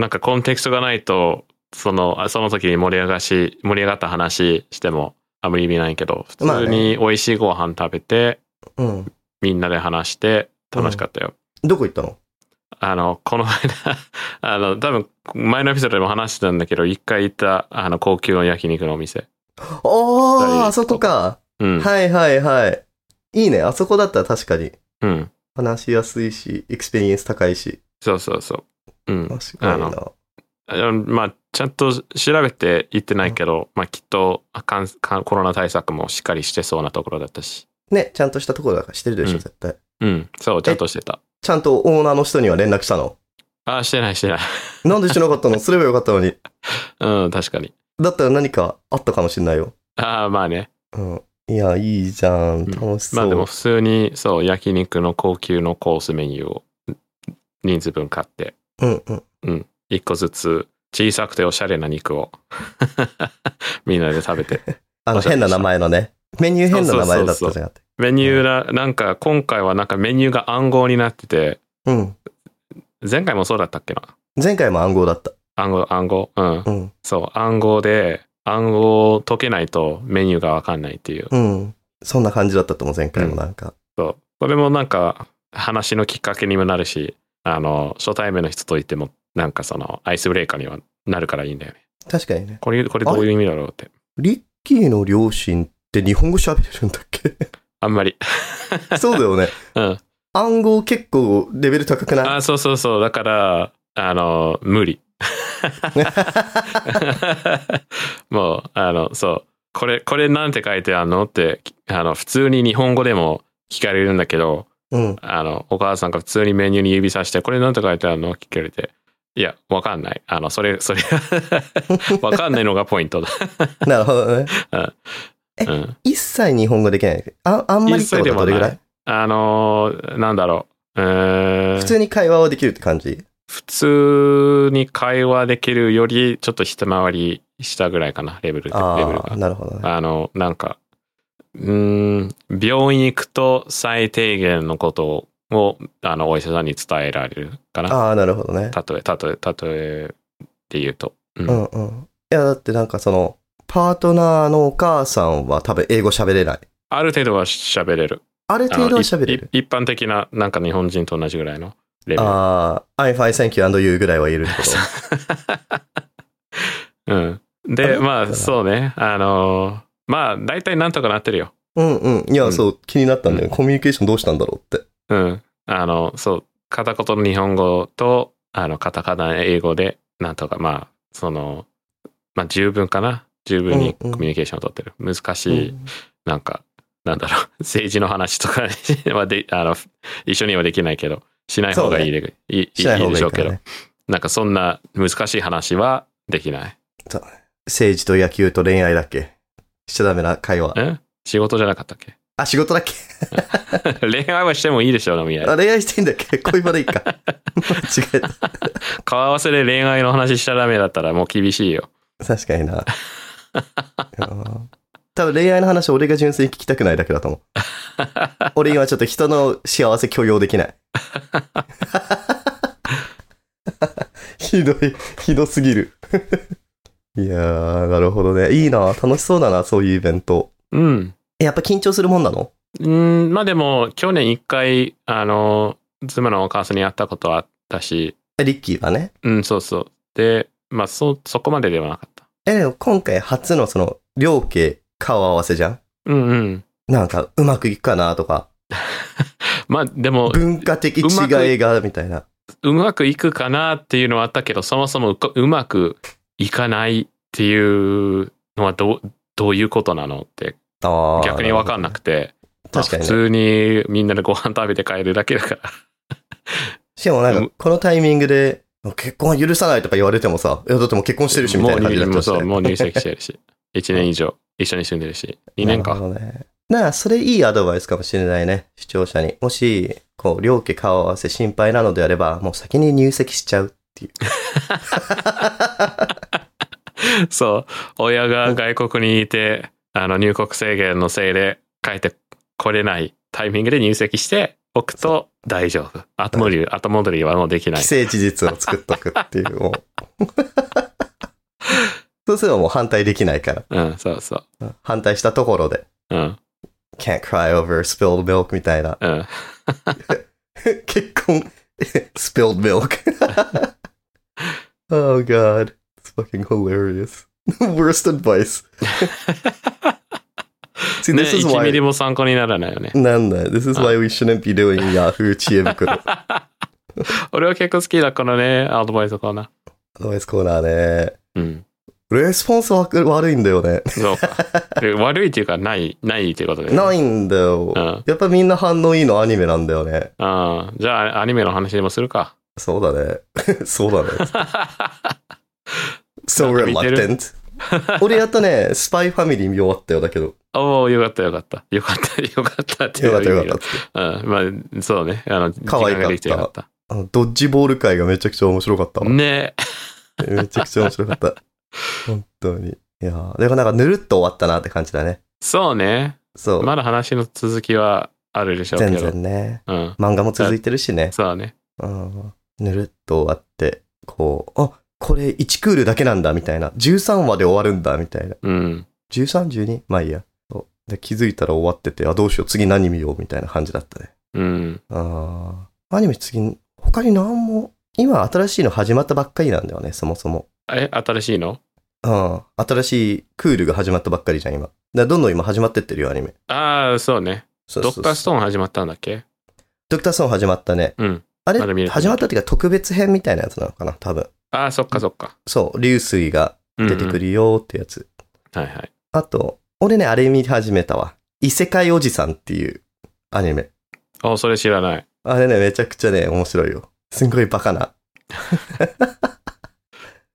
[SPEAKER 1] なんかコンテクストがないと、その、あその時に盛り上がし、盛り上がった話しても、あまり意味ないけど、普
[SPEAKER 2] まあ
[SPEAKER 1] 通
[SPEAKER 2] ね
[SPEAKER 1] に美味しいご飯食べて、
[SPEAKER 2] うん。
[SPEAKER 1] みんなで話して、楽しかったよ。
[SPEAKER 2] どこ行ったの
[SPEAKER 1] あの、この間、 [laughs] あの、多分、前のエピソードでも話してたんだけど、一回行った、あの、高級の焼肉のお店。
[SPEAKER 2] お
[SPEAKER 1] 大
[SPEAKER 2] ー、
[SPEAKER 1] 丈夫
[SPEAKER 2] あそこか。
[SPEAKER 1] うん。
[SPEAKER 2] はいはいはい。いいね。あそこだったら確かに。
[SPEAKER 1] うん。
[SPEAKER 2] 話しやすいし、エクスペリエンス高いし。
[SPEAKER 1] そうそうそう。うん。
[SPEAKER 2] 確かに
[SPEAKER 1] あ
[SPEAKER 2] な。
[SPEAKER 1] あのまあ、ちゃんと調べて行ってないけど、まあ、きっと感感コロナ対策もしっかりしてそうなところだったし。
[SPEAKER 2] ね、ちゃんとしたところだからしてるでしょ、
[SPEAKER 1] うん
[SPEAKER 2] 絶対。
[SPEAKER 1] うん、そう、ちゃんとしてた。
[SPEAKER 2] ちゃんとオーナーの人には連絡したの。
[SPEAKER 1] あ、してないしてない。
[SPEAKER 2] なんでしなかったのすればよかったのに。
[SPEAKER 1] うん、確かに。
[SPEAKER 2] だったら何かあったかもしれないよ。
[SPEAKER 1] ああ、まあね。
[SPEAKER 2] うん。いや、いいじゃん。
[SPEAKER 1] ん
[SPEAKER 2] 楽しそう。
[SPEAKER 1] まあでも普通に、そう、焼肉の高級のコースメニューを人数分買って、
[SPEAKER 2] うんうん。
[SPEAKER 1] 一個ずつ小さくておしゃれな肉を [laughs] みんなで食べて。
[SPEAKER 2] あの、
[SPEAKER 1] おしゃれ
[SPEAKER 2] 変
[SPEAKER 1] でした
[SPEAKER 2] な名前のね。メニュー変な名前だったじゃなくて。
[SPEAKER 1] メニューな、なんか今回はなんかメニューが暗号になってて、
[SPEAKER 2] うん。
[SPEAKER 1] 前回もそうだったっけな
[SPEAKER 2] 前回も暗号だった。
[SPEAKER 1] 暗号、暗号。うん。
[SPEAKER 2] うん。
[SPEAKER 1] そう、暗号で、暗号を解けないとメニューがわかんないっていう。
[SPEAKER 2] うん。そんな感じだったと思う、前回もなんか。
[SPEAKER 1] そう。それもなんか、話のきっかけにもなるし、あの、初対面の人といても、なんかその、アイスブレイカーにはなるからいいんだよね。
[SPEAKER 2] 確かにね。
[SPEAKER 1] これ、これどういう意味だろうって。
[SPEAKER 2] リッキーの両親って日本語喋れるんだっけ
[SPEAKER 1] あんまり。
[SPEAKER 2] そうだよね。
[SPEAKER 1] うん。
[SPEAKER 2] 暗号結構レベル高くない
[SPEAKER 1] あ、そうそうそう。だから、あの、無理。もう、あの、そう。これ、これなんて書いてあんのって、あの、普通に日本語でも聞かれるんだけど、
[SPEAKER 2] うん。
[SPEAKER 1] あの、お母さんが普通にメニューに指さして、これなんて書いてあるの聞かれて。いや、わかんない。あの、それ、それ、 [laughs] わかんないのがポイントだ。
[SPEAKER 2] なるほどね。
[SPEAKER 1] うん。
[SPEAKER 2] 一切日本語できない。ああんまりってことはどれぐらい
[SPEAKER 1] 一あのーなんだろう。うーん
[SPEAKER 2] 普通に会話はできるって感じ
[SPEAKER 1] 普通に会話できるより、ちょっと一回りしたぐらいかな、レベルで、レベル
[SPEAKER 2] ああ、
[SPEAKER 1] が。
[SPEAKER 2] なるほどね。
[SPEAKER 1] あの、なんか、うーん、病院行くと最低限のことを、あの、お医者さんに伝えられるかな。
[SPEAKER 2] ああ、なるほどね。
[SPEAKER 1] 例え、例え、例えって言うと。うん
[SPEAKER 2] うんうん。いや、だってなんかその、パートナーのお母さんは多分英語喋れない。
[SPEAKER 1] ある程度は喋れる。
[SPEAKER 2] ある程度は喋れる。
[SPEAKER 1] あのいい一般的な、なんか日本人と同じぐらいのレベル。
[SPEAKER 2] ああ、I'm fine, thank you, and you ぐらいは言えるってこと。
[SPEAKER 1] うん。
[SPEAKER 2] あれ
[SPEAKER 1] で、ま
[SPEAKER 2] だか
[SPEAKER 1] あ、
[SPEAKER 2] ら
[SPEAKER 1] そうね。あのーまあ、大体なんとかなってるよ。
[SPEAKER 2] うんうん。いや、
[SPEAKER 1] うん
[SPEAKER 2] そう、気になったんだよね。コミュニケーションどうしたんだろうって。
[SPEAKER 1] うん。あの、そう。片言の日本語と、あの、カタカナ英語で、なんとか、まあ、その、まあ、十分かな。十分にコミュニケーションを取ってる。難しい、なんか、なんだろう、 [laughs] 政治の話とかはで、 [laughs] あの、一緒にはできないけど、しない方がいいで、いいいい
[SPEAKER 2] しない方
[SPEAKER 1] で
[SPEAKER 2] がい
[SPEAKER 1] しょ
[SPEAKER 2] いうか
[SPEAKER 1] け
[SPEAKER 2] ら
[SPEAKER 1] ど、
[SPEAKER 2] ね。
[SPEAKER 1] なんかそんな難しい話はできない。
[SPEAKER 2] 政治と野球と恋愛だっけしちゃダメな会話。
[SPEAKER 1] え仕事じゃなかったっけ [laughs]
[SPEAKER 2] あ、仕事だっけ
[SPEAKER 1] 恋愛はしてもいいでしょ、飲み合
[SPEAKER 2] あ
[SPEAKER 1] い。
[SPEAKER 2] 恋愛してんだっけ [laughs] 恋までいいか。間違えた。
[SPEAKER 1] 顔合わせで恋愛の話しちゃダメだったらもう厳しいよ。
[SPEAKER 2] 確かにな。うん多分恋愛の話俺が純粋に聞きたくないだけだと思う。俺今ちょっと人の幸せ許容できない。ひどい、ひどすぎる。いやー、なるほどね。いいな、楽しそうだな、そういうイベント。
[SPEAKER 1] うん。
[SPEAKER 2] えやっぱ緊張するもんなの
[SPEAKER 1] うん、まあでも、去年一回、あの、妻のお母さんに会ったことはあったし、
[SPEAKER 2] リッキーはね。
[SPEAKER 1] うん、そうそう。で、まあ、そ、そこまでではなかった。
[SPEAKER 2] え、でも今回初のその、両家顔合わせじゃん
[SPEAKER 1] うんうん。
[SPEAKER 2] なんか、うまくいくかなとか、
[SPEAKER 1] まあ、でも、
[SPEAKER 2] 文化的違いが、みたいな。
[SPEAKER 1] うまくいくかなっていうのはあったけど、そもそもうこうまくいかないっていうのはどう、どういうことなのって
[SPEAKER 2] あー
[SPEAKER 1] 逆にわかんなくて、まあ
[SPEAKER 2] 確かにね
[SPEAKER 1] 普通にみんなでご飯食べて帰るだけだから。
[SPEAKER 2] しかもな
[SPEAKER 1] うんん
[SPEAKER 2] か、このタイミングで、結婚は許さないとか言われてもさ、いや、だってもう結婚してるしみたいな感じだ
[SPEAKER 1] も
[SPEAKER 2] っ
[SPEAKER 1] う
[SPEAKER 2] た
[SPEAKER 1] そう、もう入
[SPEAKER 2] し
[SPEAKER 1] 籍してる
[SPEAKER 2] [laughs]
[SPEAKER 1] し。1年以上、一緒に住んでるし。2年
[SPEAKER 2] な
[SPEAKER 1] か。
[SPEAKER 2] るほどね。なあ、それいいアドバイスかもしれないね、視聴者に。もし、こう、両家顔合わせ心配なのであれば、もう先に入籍しちゃうっていう。
[SPEAKER 1] そう、親が外国にいて、あの、入国制限のせいで帰ってこれないタイミングで入籍しておくと大丈夫。後戻り、後戻りはもうできない
[SPEAKER 2] 既。成事実を作っとくってい
[SPEAKER 1] [laughs]
[SPEAKER 2] う、もう。そうすればもう反対できないか
[SPEAKER 1] うん、そうそ
[SPEAKER 2] ら。反対したところで、
[SPEAKER 1] う。うん、
[SPEAKER 2] can't cry over spilled milk みたいな。
[SPEAKER 1] うん。
[SPEAKER 2] 結婚、spilled milk. oh god. It's fucking hilarious. [laughs] Worst advice. See,
[SPEAKER 1] ね、
[SPEAKER 2] this is
[SPEAKER 1] 1
[SPEAKER 2] why.
[SPEAKER 1] ミリも参考にならないよね。
[SPEAKER 2] なんだ This is why we shouldn't be doing Yahoo 知恵袋。ア
[SPEAKER 1] 俺は結構好きだからね、アドバイスコーナー。
[SPEAKER 2] ドバイスコーナーね。
[SPEAKER 1] うん。
[SPEAKER 2] レスポンスわく悪いんだよね。
[SPEAKER 1] そう
[SPEAKER 2] [laughs]
[SPEAKER 1] か。で悪いっていうか、ない、ないっていうことで、。
[SPEAKER 2] ないいんだよ。
[SPEAKER 1] うん。
[SPEAKER 2] やっぱみんな反応いいのアニメなんだよね。
[SPEAKER 1] あーじゃあ、アニメの話でもするか。
[SPEAKER 2] そう [laughs] だね。そうだね。so
[SPEAKER 1] なんか見てる
[SPEAKER 2] reluctant. 俺やっとね、スパイファミリー見終わったよだけど。
[SPEAKER 1] おおよかったよかった。よかった、よかったっていう
[SPEAKER 2] よかった
[SPEAKER 1] 意
[SPEAKER 2] よ
[SPEAKER 1] 味だ
[SPEAKER 2] かったっつっ
[SPEAKER 1] う
[SPEAKER 2] て。
[SPEAKER 1] ん、まあ、そうね。あの、
[SPEAKER 2] 可愛か
[SPEAKER 1] 時間
[SPEAKER 2] った
[SPEAKER 1] ができてよかった。
[SPEAKER 2] あの、ドッジボール界がめちゃくちゃ面白かったわ。
[SPEAKER 1] ね
[SPEAKER 2] めちゃくちゃ面白かった。本当に。いやーでもなんかぬるっと終わったなって感じだね。
[SPEAKER 1] そうね。
[SPEAKER 2] そう。
[SPEAKER 1] まだ話の続きはあるでしょうけ
[SPEAKER 2] 全
[SPEAKER 1] ど。
[SPEAKER 2] 然ね。
[SPEAKER 1] うん。
[SPEAKER 2] 漫画も続いてるしね。
[SPEAKER 1] そうね。
[SPEAKER 2] うん。ぬるっと終わって、こう、あ、これ1クールだけなんだみたいな。13話で終わるんだみたいな。
[SPEAKER 1] うん。
[SPEAKER 2] 13、12? まあいいや。そうで気づいたら終わってて、あ、どうしよう、次何見ようみたいな感じだったね。
[SPEAKER 1] うん。
[SPEAKER 2] あーアニメ次、他に何も、今新しいの始まったばっかりなんだよね、そもそも。
[SPEAKER 1] え、新しいの
[SPEAKER 2] うん。新しいクールが始まったばっかりじゃん、今。だからどんどん今始まってってるよ、アニメ。
[SPEAKER 1] ああ、そうね。
[SPEAKER 2] そう
[SPEAKER 1] ド
[SPEAKER 2] そ
[SPEAKER 1] ク
[SPEAKER 2] うそう
[SPEAKER 1] ターストーン始まったんだっけ
[SPEAKER 2] ドクターストーン始まったね。
[SPEAKER 1] うん。
[SPEAKER 2] あれ、
[SPEAKER 1] まだ見れてない
[SPEAKER 2] 始まったっていうか特別編みたいなやつなのかな、多分。
[SPEAKER 1] ああ、そっかそっか。
[SPEAKER 2] そう、流水が
[SPEAKER 1] うん
[SPEAKER 2] 出てくるよーってやつ。
[SPEAKER 1] はいはい。
[SPEAKER 2] あと、俺ね、あれ見始めたわ。異世界おじさんっていうアニメ。
[SPEAKER 1] おそれ知らない。
[SPEAKER 2] あれね、めちゃくちゃね、面白いよ。すんごいバカな。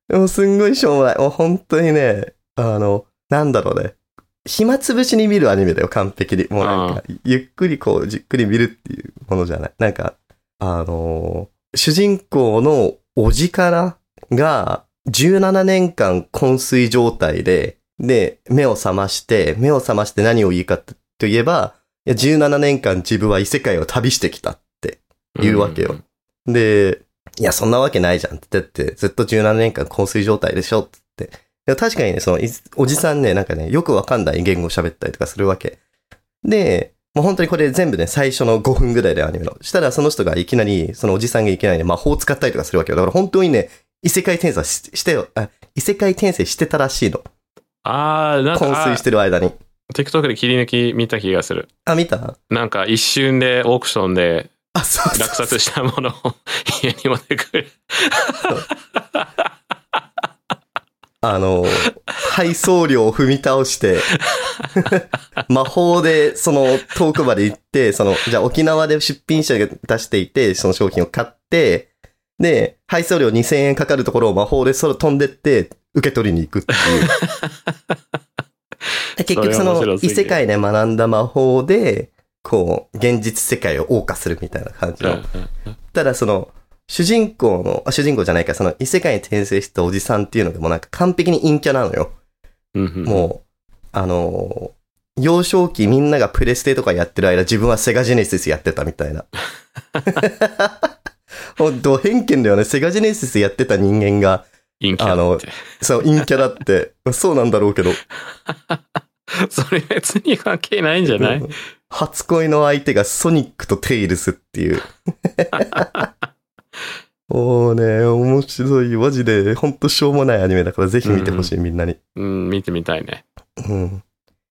[SPEAKER 2] でもすんごいしょうもない。もう本当にね、あの、なんだろうね。暇つぶしに見るアニメだよ、完璧に。もうなんか、ゆっくりこう、じっくり見るっていうものじゃない。なんか、あのー主人公のおじからが、17年間昏睡状態で、で、目を覚まして、目を覚まして何を言いかと言えば、いや17年間自分は異世界を旅してきたって言うわけよ。で、いや、そんなわけないじゃんって言って、ずっと17年間昏睡状態でしょって言って。でも確かにね、その、いおじさんね、なんかね、よくわかんない言語を喋ったりとかするわけ。で、もう本当にこれ全部ね、最初の5分ぐらいでアニメの。したらその人がいきなり、そのおじさんがいきなりね魔法を使ったりとかするわけよ。だから本当にね、異世界転生ししてよ、あ、異世界転生してたらしいの。
[SPEAKER 1] ああ、なん
[SPEAKER 2] 昏
[SPEAKER 1] か、あ
[SPEAKER 2] 睡してる間に。
[SPEAKER 1] ー TikTok で切り抜き見た気がする。
[SPEAKER 2] あ、見た
[SPEAKER 1] なんか一瞬でオークションで
[SPEAKER 2] あ、そうそう
[SPEAKER 1] 落札したもの
[SPEAKER 2] [laughs]
[SPEAKER 1] を家に持ってくる。
[SPEAKER 2] あの、配送料を踏み倒 [laughs] して、魔法でその遠くまで行って、その、じゃあ沖縄で出品者が出していて、その商品を買って、で、配送料2000円かかるところを魔法でそれ飛んでって、受け取りに行くっていう。で [laughs] 結局
[SPEAKER 1] そ
[SPEAKER 2] そ
[SPEAKER 1] れ
[SPEAKER 2] の
[SPEAKER 1] 面白すぎ
[SPEAKER 2] 異
[SPEAKER 1] る
[SPEAKER 2] 世界で学んだ魔法で、こう、現実世界を謳歌するみたいな感じ
[SPEAKER 1] うんう
[SPEAKER 2] の
[SPEAKER 1] ん
[SPEAKER 2] ただその、主人公の、あ主人公じゃないか、その異世界に転生したおじさんっていうのがもうなんか完璧に陰キャなのよ。
[SPEAKER 1] うんうん
[SPEAKER 2] もう、あのー幼少期みんながプレステとかやってる間、自分はセガジェネシスやってたみたい
[SPEAKER 1] [laughs]
[SPEAKER 2] な。もう、ド偏見だよね。セガジェネシスやってた人間が、
[SPEAKER 1] 陰キャ
[SPEAKER 2] あの
[SPEAKER 1] って。
[SPEAKER 2] そう、陰キャだって、 [laughs] そうなんだろうけど。
[SPEAKER 1] それ別に関係ないんじゃない
[SPEAKER 2] うん [laughs] 初恋の相手がソニックとテイルスっ
[SPEAKER 1] [laughs]
[SPEAKER 2] ていう。もうね、面白い。マジで、ほんとしょうもないアニメだから、ぜひ見てほしい、みんなに。
[SPEAKER 1] うん、見てみたいね。
[SPEAKER 2] うん。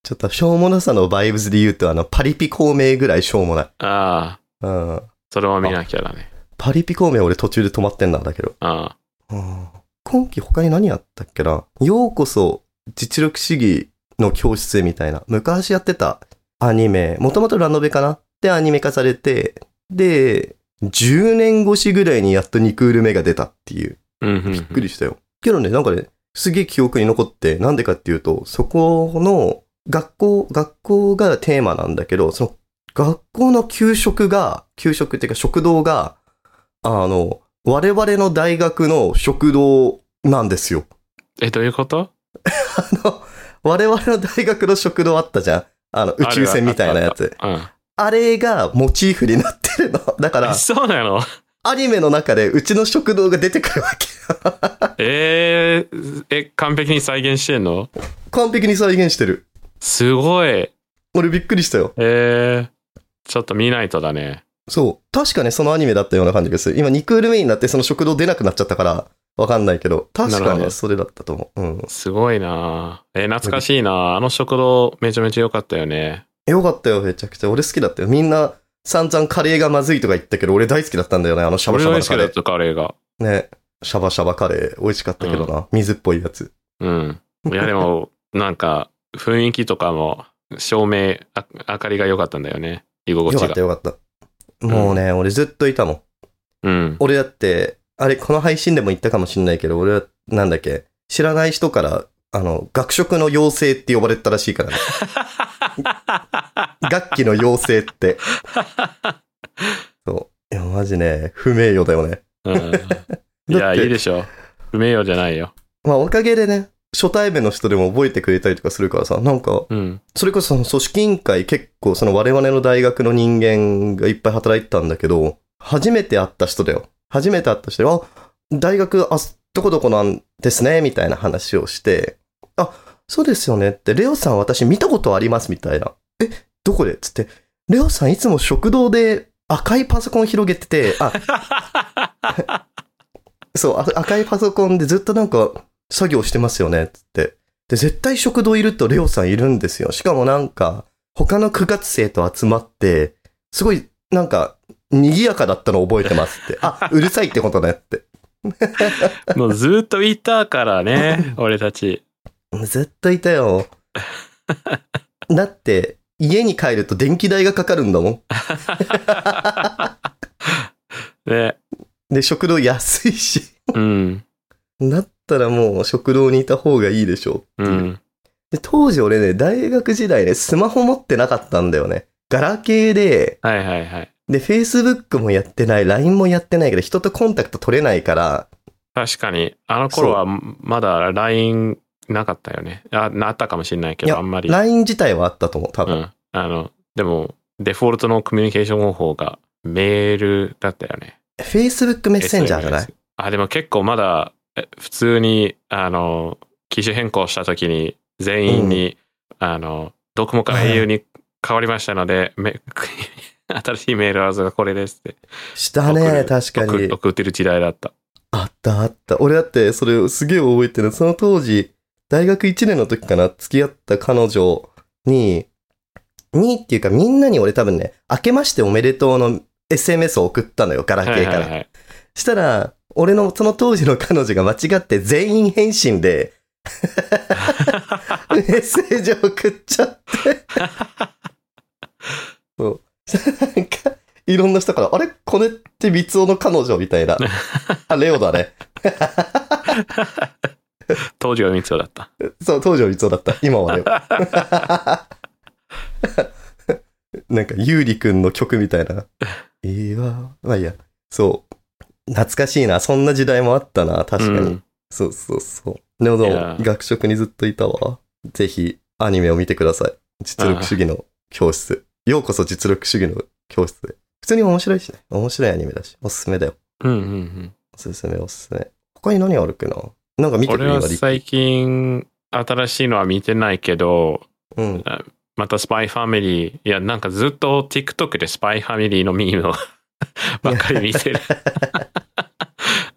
[SPEAKER 2] ちょっと、しょうもなさのバイブズで言うと、あの、パリピ孔明ぐらいしょうもない。
[SPEAKER 1] ああ、
[SPEAKER 2] うん。
[SPEAKER 1] それも見なきゃだね。
[SPEAKER 2] パリピ孔明俺途中で止まってんだ、だけど。
[SPEAKER 1] あ
[SPEAKER 2] うん。今期他に何やったっけなようこそ、実力主義の教室へみたいな。昔やってたアニメ、もともとラノベかなでアニメ化されて、で、10年越しぐらいにやっと2クール目が出たっていう。
[SPEAKER 1] あ。うんうんうん。び
[SPEAKER 2] びっくりしたよ。けどね、なんかね、すげえ記憶に残って、なんでかっていうと、そこの学校、学校がテーマなんだけど、その学校の給食が、給食っていうか食堂が、あの、我々の大学の食堂なんですよ。
[SPEAKER 1] え、どういうこと
[SPEAKER 2] あの、我々の大学の食堂あったじゃん。あの、宇宙船みたいなやつ。
[SPEAKER 1] う
[SPEAKER 2] あれがモチーフになってるの。だか
[SPEAKER 1] ん。
[SPEAKER 2] ら、
[SPEAKER 1] そうな
[SPEAKER 2] [laughs]
[SPEAKER 1] の
[SPEAKER 2] アニメの中でうちの食堂が出てくるわけ。
[SPEAKER 1] えー、え、完璧に再現してんの
[SPEAKER 2] 完璧に再現してる。
[SPEAKER 1] すごい。
[SPEAKER 2] 俺びっくりしたよ。
[SPEAKER 1] えー、ちょっと見ないとだね。
[SPEAKER 2] そう。確かね、そのアニメだったような感じがする。今、2クール目になって、その食堂出なくなっちゃったから、わかんないけど、確
[SPEAKER 1] な
[SPEAKER 2] か
[SPEAKER 1] るほ
[SPEAKER 2] ね、
[SPEAKER 1] ど
[SPEAKER 2] それだったと思う。うん。
[SPEAKER 1] すごいなえ、懐かしいなあの食堂めちゃめちゃ良かったよね。
[SPEAKER 2] よかったよ、めちゃくちゃ。俺好きだったよ。みんな、散々カレーがまずいとか言ったけど、俺大好きだったんだよね、あのシャバ
[SPEAKER 1] 俺
[SPEAKER 2] シャバ
[SPEAKER 1] 大
[SPEAKER 2] の
[SPEAKER 1] 好
[SPEAKER 2] カ
[SPEAKER 1] き
[SPEAKER 2] レ
[SPEAKER 1] だっ
[SPEAKER 2] ー。
[SPEAKER 1] たカレーが。
[SPEAKER 2] ね。シャバシャバカレー、美味しかったけどな。水っぽいやつ。
[SPEAKER 1] うん。いや、でも、 [laughs] なんか、雰囲気とかも、照明、あ明かりが良かったんだよね。居心
[SPEAKER 2] [laughs] よ
[SPEAKER 1] 地
[SPEAKER 2] かっ
[SPEAKER 1] が
[SPEAKER 2] た。よかった。もうね、俺ずっといたもん。
[SPEAKER 1] うん。
[SPEAKER 2] 俺だって、あれ、この配信でも言ったかもしんないけど、俺は、なんだっけ、知らない人から、あの、学食の妖精って呼ばれてたらしいからね。楽器の妖精って。そう。いや、マジね、不名誉だよね。 [laughs]
[SPEAKER 1] うんいや、いいでしょ。不名誉じゃないよ。
[SPEAKER 2] まあ、おかげでね、初対面の人でも覚えてくれたりとかするからさ、なんか、
[SPEAKER 1] うん。
[SPEAKER 2] それこそその組織委員会結構その我々の大学の人間がいっぱい働いてたんだけど、初めて会った人だよ。初めて会った人で、あ、大学、あ、どこどこなんですね、みたいな話をして、あ、そうですよねって、レオさん私見たことあります、みたいな。え、どこでつって、レオさんいつも食堂で赤いパソコン広げてて、あ、そう、あ赤いパソコンでずっとなんか作業してますよね、つって。で、絶対食堂いるとレオさんいるんですよ。しかもなんか、他の9月生と集まって、すごい、なんか、賑やかだったの覚えてますって。あ、うるさいってことねって。
[SPEAKER 1] もうずっといたから
[SPEAKER 2] [laughs]
[SPEAKER 1] ね、俺たち。
[SPEAKER 2] 絶対いたよ。だって、家に帰ると電気代がかかるんだもん。
[SPEAKER 1] ね。
[SPEAKER 2] で、食堂安いし。
[SPEAKER 1] うん。
[SPEAKER 2] だったらもう食堂にいた方がいいでしょうって
[SPEAKER 1] う
[SPEAKER 2] いう。
[SPEAKER 1] ん。
[SPEAKER 2] で、当時俺ね、大学時代ね、スマホ持ってなかったんだよね。ガラケーで、
[SPEAKER 1] はいはいはい。
[SPEAKER 2] で、Facebook もやってない、LINE もやってないけど、人とコンタクト取れないから、
[SPEAKER 1] 確かに、あの頃はまだ LINE なかったよね。あ、なあったかもしれないけ
[SPEAKER 2] い
[SPEAKER 1] ど、
[SPEAKER 2] や
[SPEAKER 1] あんまり。
[SPEAKER 2] LINE 自体はあったと思う、多
[SPEAKER 1] う
[SPEAKER 2] 分。
[SPEAKER 1] ん。あの、でも、デフォルトのコミュニケーション方法がメールだったよね。
[SPEAKER 2] Facebook メッセンジャーじゃない
[SPEAKER 1] SNS あ、でも結構まだ、え普通に、あの、機種変更した時に、全員に、あの、ドコモから
[SPEAKER 2] はい
[SPEAKER 1] au に変わりましたので、め [laughs] 新しいメールアドレスがこれですって
[SPEAKER 2] した
[SPEAKER 1] 送
[SPEAKER 2] ね、
[SPEAKER 1] る
[SPEAKER 2] 確か
[SPEAKER 1] 送
[SPEAKER 2] に。
[SPEAKER 1] 送ってる時代だった。
[SPEAKER 2] あったあった。俺だって、それをすげえ覚えてる。その当時、大学1年の時かな、付き合った彼女に、にっていうか、みんなに俺多分ね、明けましておめでとうの SMS を送ったのよ、ガラケ
[SPEAKER 1] はい
[SPEAKER 2] ー
[SPEAKER 1] は
[SPEAKER 2] か
[SPEAKER 1] い
[SPEAKER 2] ら。
[SPEAKER 1] はい。
[SPEAKER 2] したら、俺のその当時の彼女が間違って全員返信で、メッセージを送っちゃって。そう。したらなんか、いろんな人から、あれこれって三尾の彼女みたいな。あ、レオだね。
[SPEAKER 1] 当時は三つだった。
[SPEAKER 2] そう、当時は三尾だった。今はレオ。 [laughs] なんか、ゆうりくんの曲みたいな。いいわ。まあいいや。そう。懐かしいな。そんな時代もあったな。確か
[SPEAKER 1] う
[SPEAKER 2] に。
[SPEAKER 1] ん
[SPEAKER 2] そうそうそう。でもどう
[SPEAKER 1] い
[SPEAKER 2] も
[SPEAKER 1] や、ー
[SPEAKER 2] 学食にずっといたわ。ぜひ、アニメを見てください。実力主義の教室。ようこそ実力主義の教室へ。普通に面白いしね。面白いアニメだし。おすすめだよ。
[SPEAKER 1] うんうんうん。
[SPEAKER 2] おすすめ、おすすめ。他に何あるっけななんか見てく
[SPEAKER 1] 俺
[SPEAKER 2] れ
[SPEAKER 1] は
[SPEAKER 2] ばリッキー
[SPEAKER 1] 最近、新しいのは見てないけど、
[SPEAKER 2] うん。
[SPEAKER 1] またスパイファミリー、いや、なんかずっと TikTok でスパイファミリーのミームをばっかり見てる。 [laughs]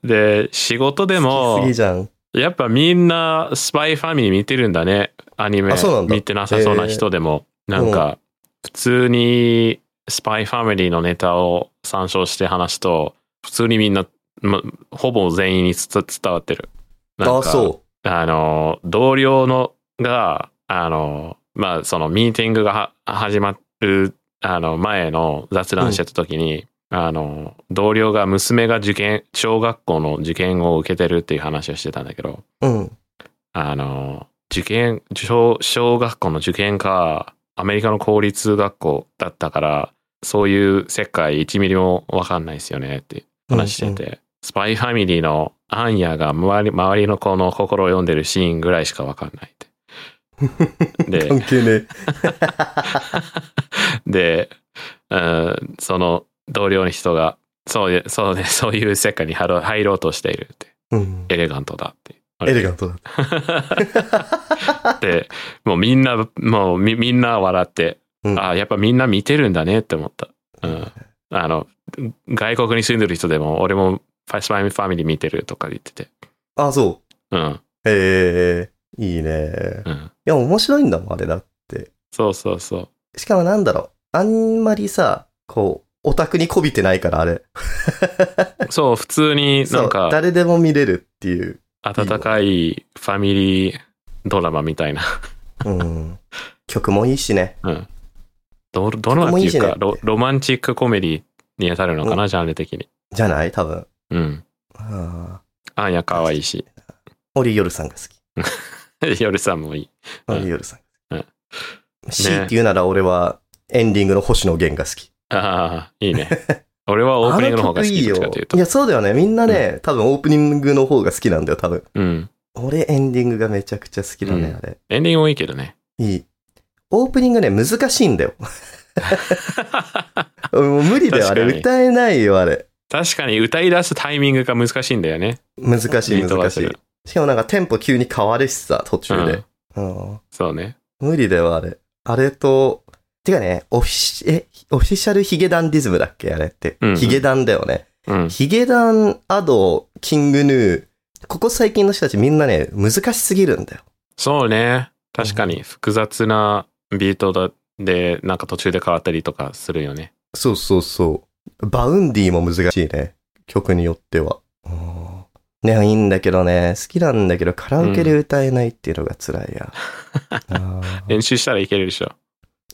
[SPEAKER 1] で、仕事で
[SPEAKER 2] 好き
[SPEAKER 1] も
[SPEAKER 2] すぎ、じゃん。
[SPEAKER 1] やっぱみんなスパイファミリー見てるんだね。アニメ
[SPEAKER 2] あそうなんだ
[SPEAKER 1] 見てなさそうな人でも。
[SPEAKER 2] ー
[SPEAKER 1] なんか、普通にスパイファミリーのネタを参照して話すと、普通にみんな、ま、ほぼ全員につ伝わってる。なんか
[SPEAKER 2] あ、そ
[SPEAKER 1] あの、同僚のが、あの、まあ、そのミーティングがは始まる、あの、前の雑談してた時に、あの、同僚が娘が受験、小学校の受験を受けてるっていう話をしてたんだけど、
[SPEAKER 2] う。うん。
[SPEAKER 1] あの、受験、小、小学校の受験か、アメリカの公立学校だったから、そういう世界1ミリもわかんないですよねって話してて、スパイファミリーのアンヤが周り周りの子の心を読んでるシーンぐらいしかわかんない
[SPEAKER 2] [laughs]
[SPEAKER 1] って。で、
[SPEAKER 2] 関係ね
[SPEAKER 1] で、うん、その同僚の人が、そうで、そうね、そういう世界に入ろう入ろうとしているって、
[SPEAKER 2] え。うん。
[SPEAKER 1] エレガントだって。
[SPEAKER 2] エレガントだ。
[SPEAKER 1] って、もうみんな、もうみみんな笑って、
[SPEAKER 2] うん
[SPEAKER 1] ああ、やっぱみんな見てるんだねって思った。うん。あの、外国に住んでる人でも、俺もファイスマイファミリー見てるとか言ってて。
[SPEAKER 2] あ、そ
[SPEAKER 1] うん。
[SPEAKER 2] う。へえ。いいね。
[SPEAKER 1] うん。
[SPEAKER 2] いや、面白いんだもん、あれだ
[SPEAKER 1] そうそうそう。
[SPEAKER 2] しかもなんだろう。あんまりさ、こう、オタクにこびてないから、あれ。
[SPEAKER 1] そう、普通に
[SPEAKER 2] そ
[SPEAKER 1] な
[SPEAKER 2] うん
[SPEAKER 1] か、
[SPEAKER 2] 誰でも見れるっていう。
[SPEAKER 1] 温かいファミリードラマみたいな。 [laughs]
[SPEAKER 2] うん。曲もいいしね。
[SPEAKER 1] うん。ドドラマっていう
[SPEAKER 2] とてもいい
[SPEAKER 1] か
[SPEAKER 2] じゃない
[SPEAKER 1] ロ、ロマンチックコメディに当たるのかな、ジャンル的に。
[SPEAKER 2] じゃない多分。
[SPEAKER 1] うん。
[SPEAKER 2] あ
[SPEAKER 1] あんやかわいいし、 [laughs]
[SPEAKER 2] ーオリヨルさんが好き。
[SPEAKER 1] 夜さんもいい。
[SPEAKER 2] オ
[SPEAKER 1] うん
[SPEAKER 2] リヨルさん。
[SPEAKER 1] うん
[SPEAKER 2] 強いて言うなら俺はエンディングの星野源が好き。
[SPEAKER 1] ああ、いい
[SPEAKER 2] [laughs]
[SPEAKER 1] ね。俺はオープニングの方が好きどっちかというと。
[SPEAKER 2] いや、そうだよね。みんなね、多分オープニングの方が好きなんだよ、多分。
[SPEAKER 1] うん。
[SPEAKER 2] 俺エンディングがめちゃくちゃ好きだね、
[SPEAKER 1] うん
[SPEAKER 2] あれ。
[SPEAKER 1] エンディングもいいけどね。
[SPEAKER 2] いい。オープニングね、難しい
[SPEAKER 1] [laughs]
[SPEAKER 2] んだよ。もう無理だよ、あれ。
[SPEAKER 1] 確かに
[SPEAKER 2] 歌えないよ、あれ。
[SPEAKER 1] 確かに歌い出すタイミングが難しいんだよね。
[SPEAKER 2] 難しい
[SPEAKER 1] ビート
[SPEAKER 2] 難
[SPEAKER 1] が
[SPEAKER 2] し
[SPEAKER 1] す
[SPEAKER 2] い
[SPEAKER 1] る。
[SPEAKER 2] しかもなんかテンポ急に変わるしさ、途中
[SPEAKER 1] う
[SPEAKER 2] で
[SPEAKER 1] ん。
[SPEAKER 2] うん。
[SPEAKER 1] そうね。
[SPEAKER 2] 無理だよ、あれ。あれと、てかね、オフィシ、え、オフィシャルヒゲダンディズムだっけあれって
[SPEAKER 1] うんう。ん
[SPEAKER 2] ヒゲダンだよね。
[SPEAKER 1] うん。
[SPEAKER 2] ヒゲダン、アド、キングヌー。ここ最近の人たちみんなね、難しすぎるんだよ。
[SPEAKER 1] そうね。確かに複雑なビートだで、なんか途中で変わったりとかするよね。
[SPEAKER 2] そうそうそう。バウンディも難しいね。曲によっては。うんね、いいんだけどね、好きなんだけど、カラオケで歌えないっていうのが辛いや。あー
[SPEAKER 1] 練習したらいけるでしょ。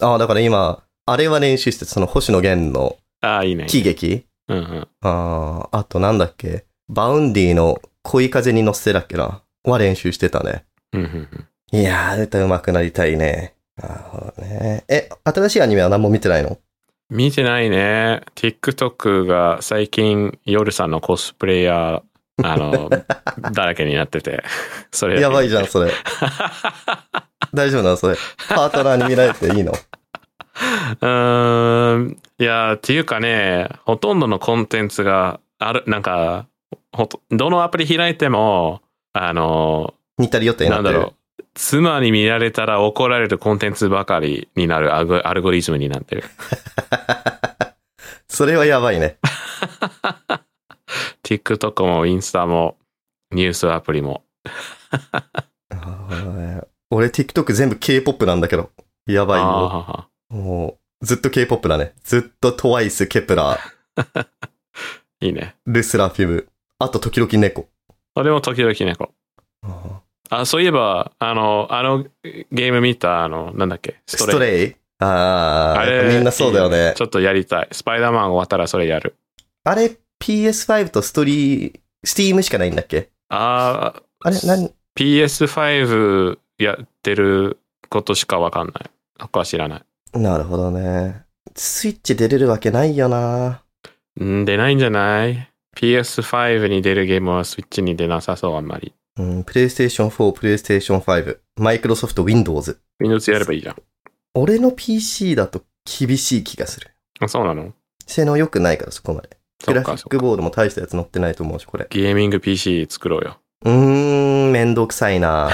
[SPEAKER 2] ああ、だから今、あれは練習して、その星野源の
[SPEAKER 1] ああ、いいね。
[SPEAKER 2] 喜劇
[SPEAKER 1] うんうん。
[SPEAKER 2] ああ、あとなんだっけバウンディの恋風に乗せてだっけなは練習してたね。
[SPEAKER 1] うんうんうん
[SPEAKER 2] いやー、歌うまくなりたいね。なるほどね。え、新しいアニメは何も見てないの
[SPEAKER 1] 見てないね。TikTok が最近、夜さんのコスプレイヤー、あ
[SPEAKER 2] [laughs]
[SPEAKER 1] の、だらけになってて、 [laughs] それだけ
[SPEAKER 2] やばいじゃ
[SPEAKER 1] [laughs]
[SPEAKER 2] ん、それ。大丈夫なのそれ。パートナーに見られていいの
[SPEAKER 1] うーん。いやー、っていうかね、ほとんどのコンテンツがある、なんか、ほとどのアプリ開いても、あの
[SPEAKER 2] 似たり寄った
[SPEAKER 1] ー、
[SPEAKER 2] り
[SPEAKER 1] な
[SPEAKER 2] なんって
[SPEAKER 1] だ
[SPEAKER 2] る。
[SPEAKER 1] ろう、妻に見られたら怒られるコンテンツばかりになるアゴアルゴリズムになってる。
[SPEAKER 2] それはやばいね。
[SPEAKER 1] TikTok もインスタも、ニュースアプリも。
[SPEAKER 2] あー俺 TikTok 全部 K-POP なんだけど。やばいよ。
[SPEAKER 1] あ
[SPEAKER 2] もう、ずっと K-POP だね。ずっと TWICE、ケプラー、
[SPEAKER 1] いいね。
[SPEAKER 2] ルスラフィム。あと、時々猫。
[SPEAKER 1] 俺も時々猫。あ、そういえば、あの、あのゲーム見た、あの、なんだっけ、ス
[SPEAKER 2] スト
[SPEAKER 1] イ
[SPEAKER 2] レイあ
[SPEAKER 1] あ
[SPEAKER 2] あ、
[SPEAKER 1] れ
[SPEAKER 2] やっぱみんなそうだよね。
[SPEAKER 1] ちょっとやりたい。スパイダーマン終わったらそれやる。
[SPEAKER 2] あれ、PS5 とストリー、スティームしかないんだっけ
[SPEAKER 1] あー
[SPEAKER 2] あれ、何
[SPEAKER 1] PS5 やってることしかわかんない。他は知らない。
[SPEAKER 2] なるほどね。スイッチ出れるわけないよな。
[SPEAKER 1] うん、出ないんじゃない ?PS5 に出るゲームはスイッチに出なさそう、あんまり。
[SPEAKER 2] うん、PlayStation 4、PlayStation 5、Microsoft Windows。
[SPEAKER 1] Windows やればいいじゃん。
[SPEAKER 2] 俺の PC だと厳しい気がする。
[SPEAKER 1] あ、そうなの
[SPEAKER 2] 性能良くないからそこまで。
[SPEAKER 1] そ
[SPEAKER 2] グ
[SPEAKER 1] う
[SPEAKER 2] ラフィ
[SPEAKER 1] か、そ
[SPEAKER 2] ッ
[SPEAKER 1] うか
[SPEAKER 2] ク。ボードも大したやつ乗ってないと思うし、これ。
[SPEAKER 1] ゲーミング PC 作ろうよ。
[SPEAKER 2] うーん、めんどくさい
[SPEAKER 1] [laughs]
[SPEAKER 2] な。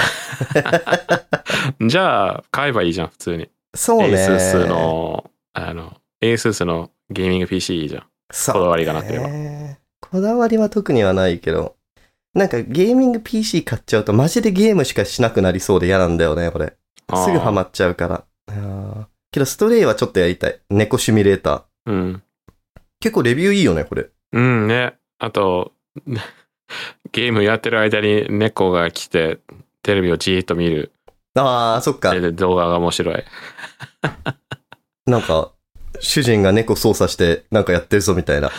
[SPEAKER 1] じゃあ、買えばいいじゃん、普通に。
[SPEAKER 2] そうね。
[SPEAKER 1] ASUS の、あの、ASUS のゲーミング PC いいじゃん。
[SPEAKER 2] そう
[SPEAKER 1] こだわりがなければ
[SPEAKER 2] ねこだわりは特にはないけど。なんかゲーミング PC 買っちゃうとマジでゲームしかしなくなりそうで嫌なんだよね、これ。
[SPEAKER 1] あー
[SPEAKER 2] すぐハマっちゃうから。いやーけどストレイはちょっとやりたい。猫シミュレーター。
[SPEAKER 1] うん。
[SPEAKER 2] 結構レビューいいよね、これ。
[SPEAKER 1] うんね。あと、 [laughs] ゲームやってる間に猫が来て、テレビをじーっと見る。
[SPEAKER 2] あー、そっか。
[SPEAKER 1] で動画が面白い。
[SPEAKER 2] なんか、主人が猫操作してなんかやってるぞみたいな。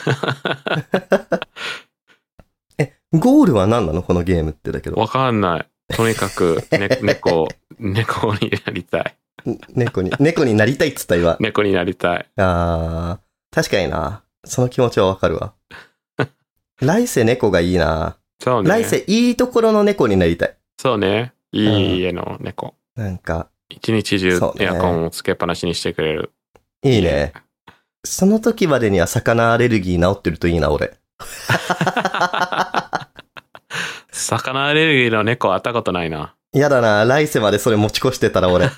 [SPEAKER 2] え、ゴールは何なのこのゲームってだけど。
[SPEAKER 1] わかんない。とにかく、
[SPEAKER 2] [laughs]
[SPEAKER 1] ね、猫、猫になりたい。
[SPEAKER 2] ん猫に、猫になりたいっつっ
[SPEAKER 1] [laughs]
[SPEAKER 2] た今。
[SPEAKER 1] 猫になりたい。
[SPEAKER 2] あー、確かにな。その気持ちはわかるわ。来世猫がいいな。
[SPEAKER 1] そうね。
[SPEAKER 2] 来世いいところの猫になりたい。
[SPEAKER 1] そうね。いい家の猫。
[SPEAKER 2] なんか、
[SPEAKER 1] 一日中
[SPEAKER 2] そうね
[SPEAKER 1] エアコンをつけっぱなしにしてくれる。
[SPEAKER 2] いいね。その時までには魚アレルギー治ってるといいな、俺。
[SPEAKER 1] 魚アレルギーの猫会ったことないな。
[SPEAKER 2] やだな、来世までそれ持ち越してたら俺。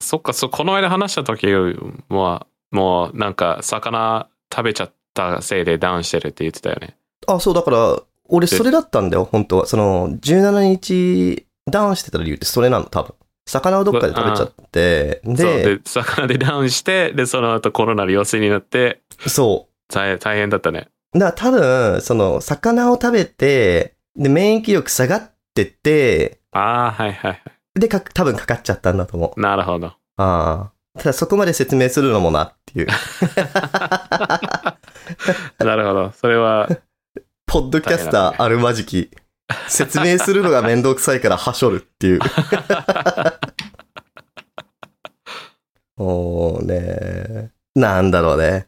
[SPEAKER 1] そっか、そう、この間話した時は、もうなんか魚食べちゃったせいでダウンしてるって言ってたよね。
[SPEAKER 2] あ、そう、だから、俺それだったんだよ、本当は。その、17日ダウンしてた理由ってそれなの、多分。魚をどっかで食べちゃって、
[SPEAKER 1] そう
[SPEAKER 2] で、
[SPEAKER 1] で、魚でダウンして、で、その後コロナで陽性になって、
[SPEAKER 2] そう。
[SPEAKER 1] 大大変だったね。
[SPEAKER 2] だから多分、その、魚を食べて、で、免疫力下がってて、
[SPEAKER 1] ああ、はいはいは
[SPEAKER 2] で、か、多分かかっちゃったんだと思
[SPEAKER 1] い。なるほど。
[SPEAKER 2] う。ああ。ただそこまで説明するのもなっていう。
[SPEAKER 1] なるほど。それ
[SPEAKER 2] [laughs]
[SPEAKER 1] は、
[SPEAKER 2] ポッドキャスターあるまじき。説明するのがめんどくさいからはしょるっていう。もうね。なんだろうね。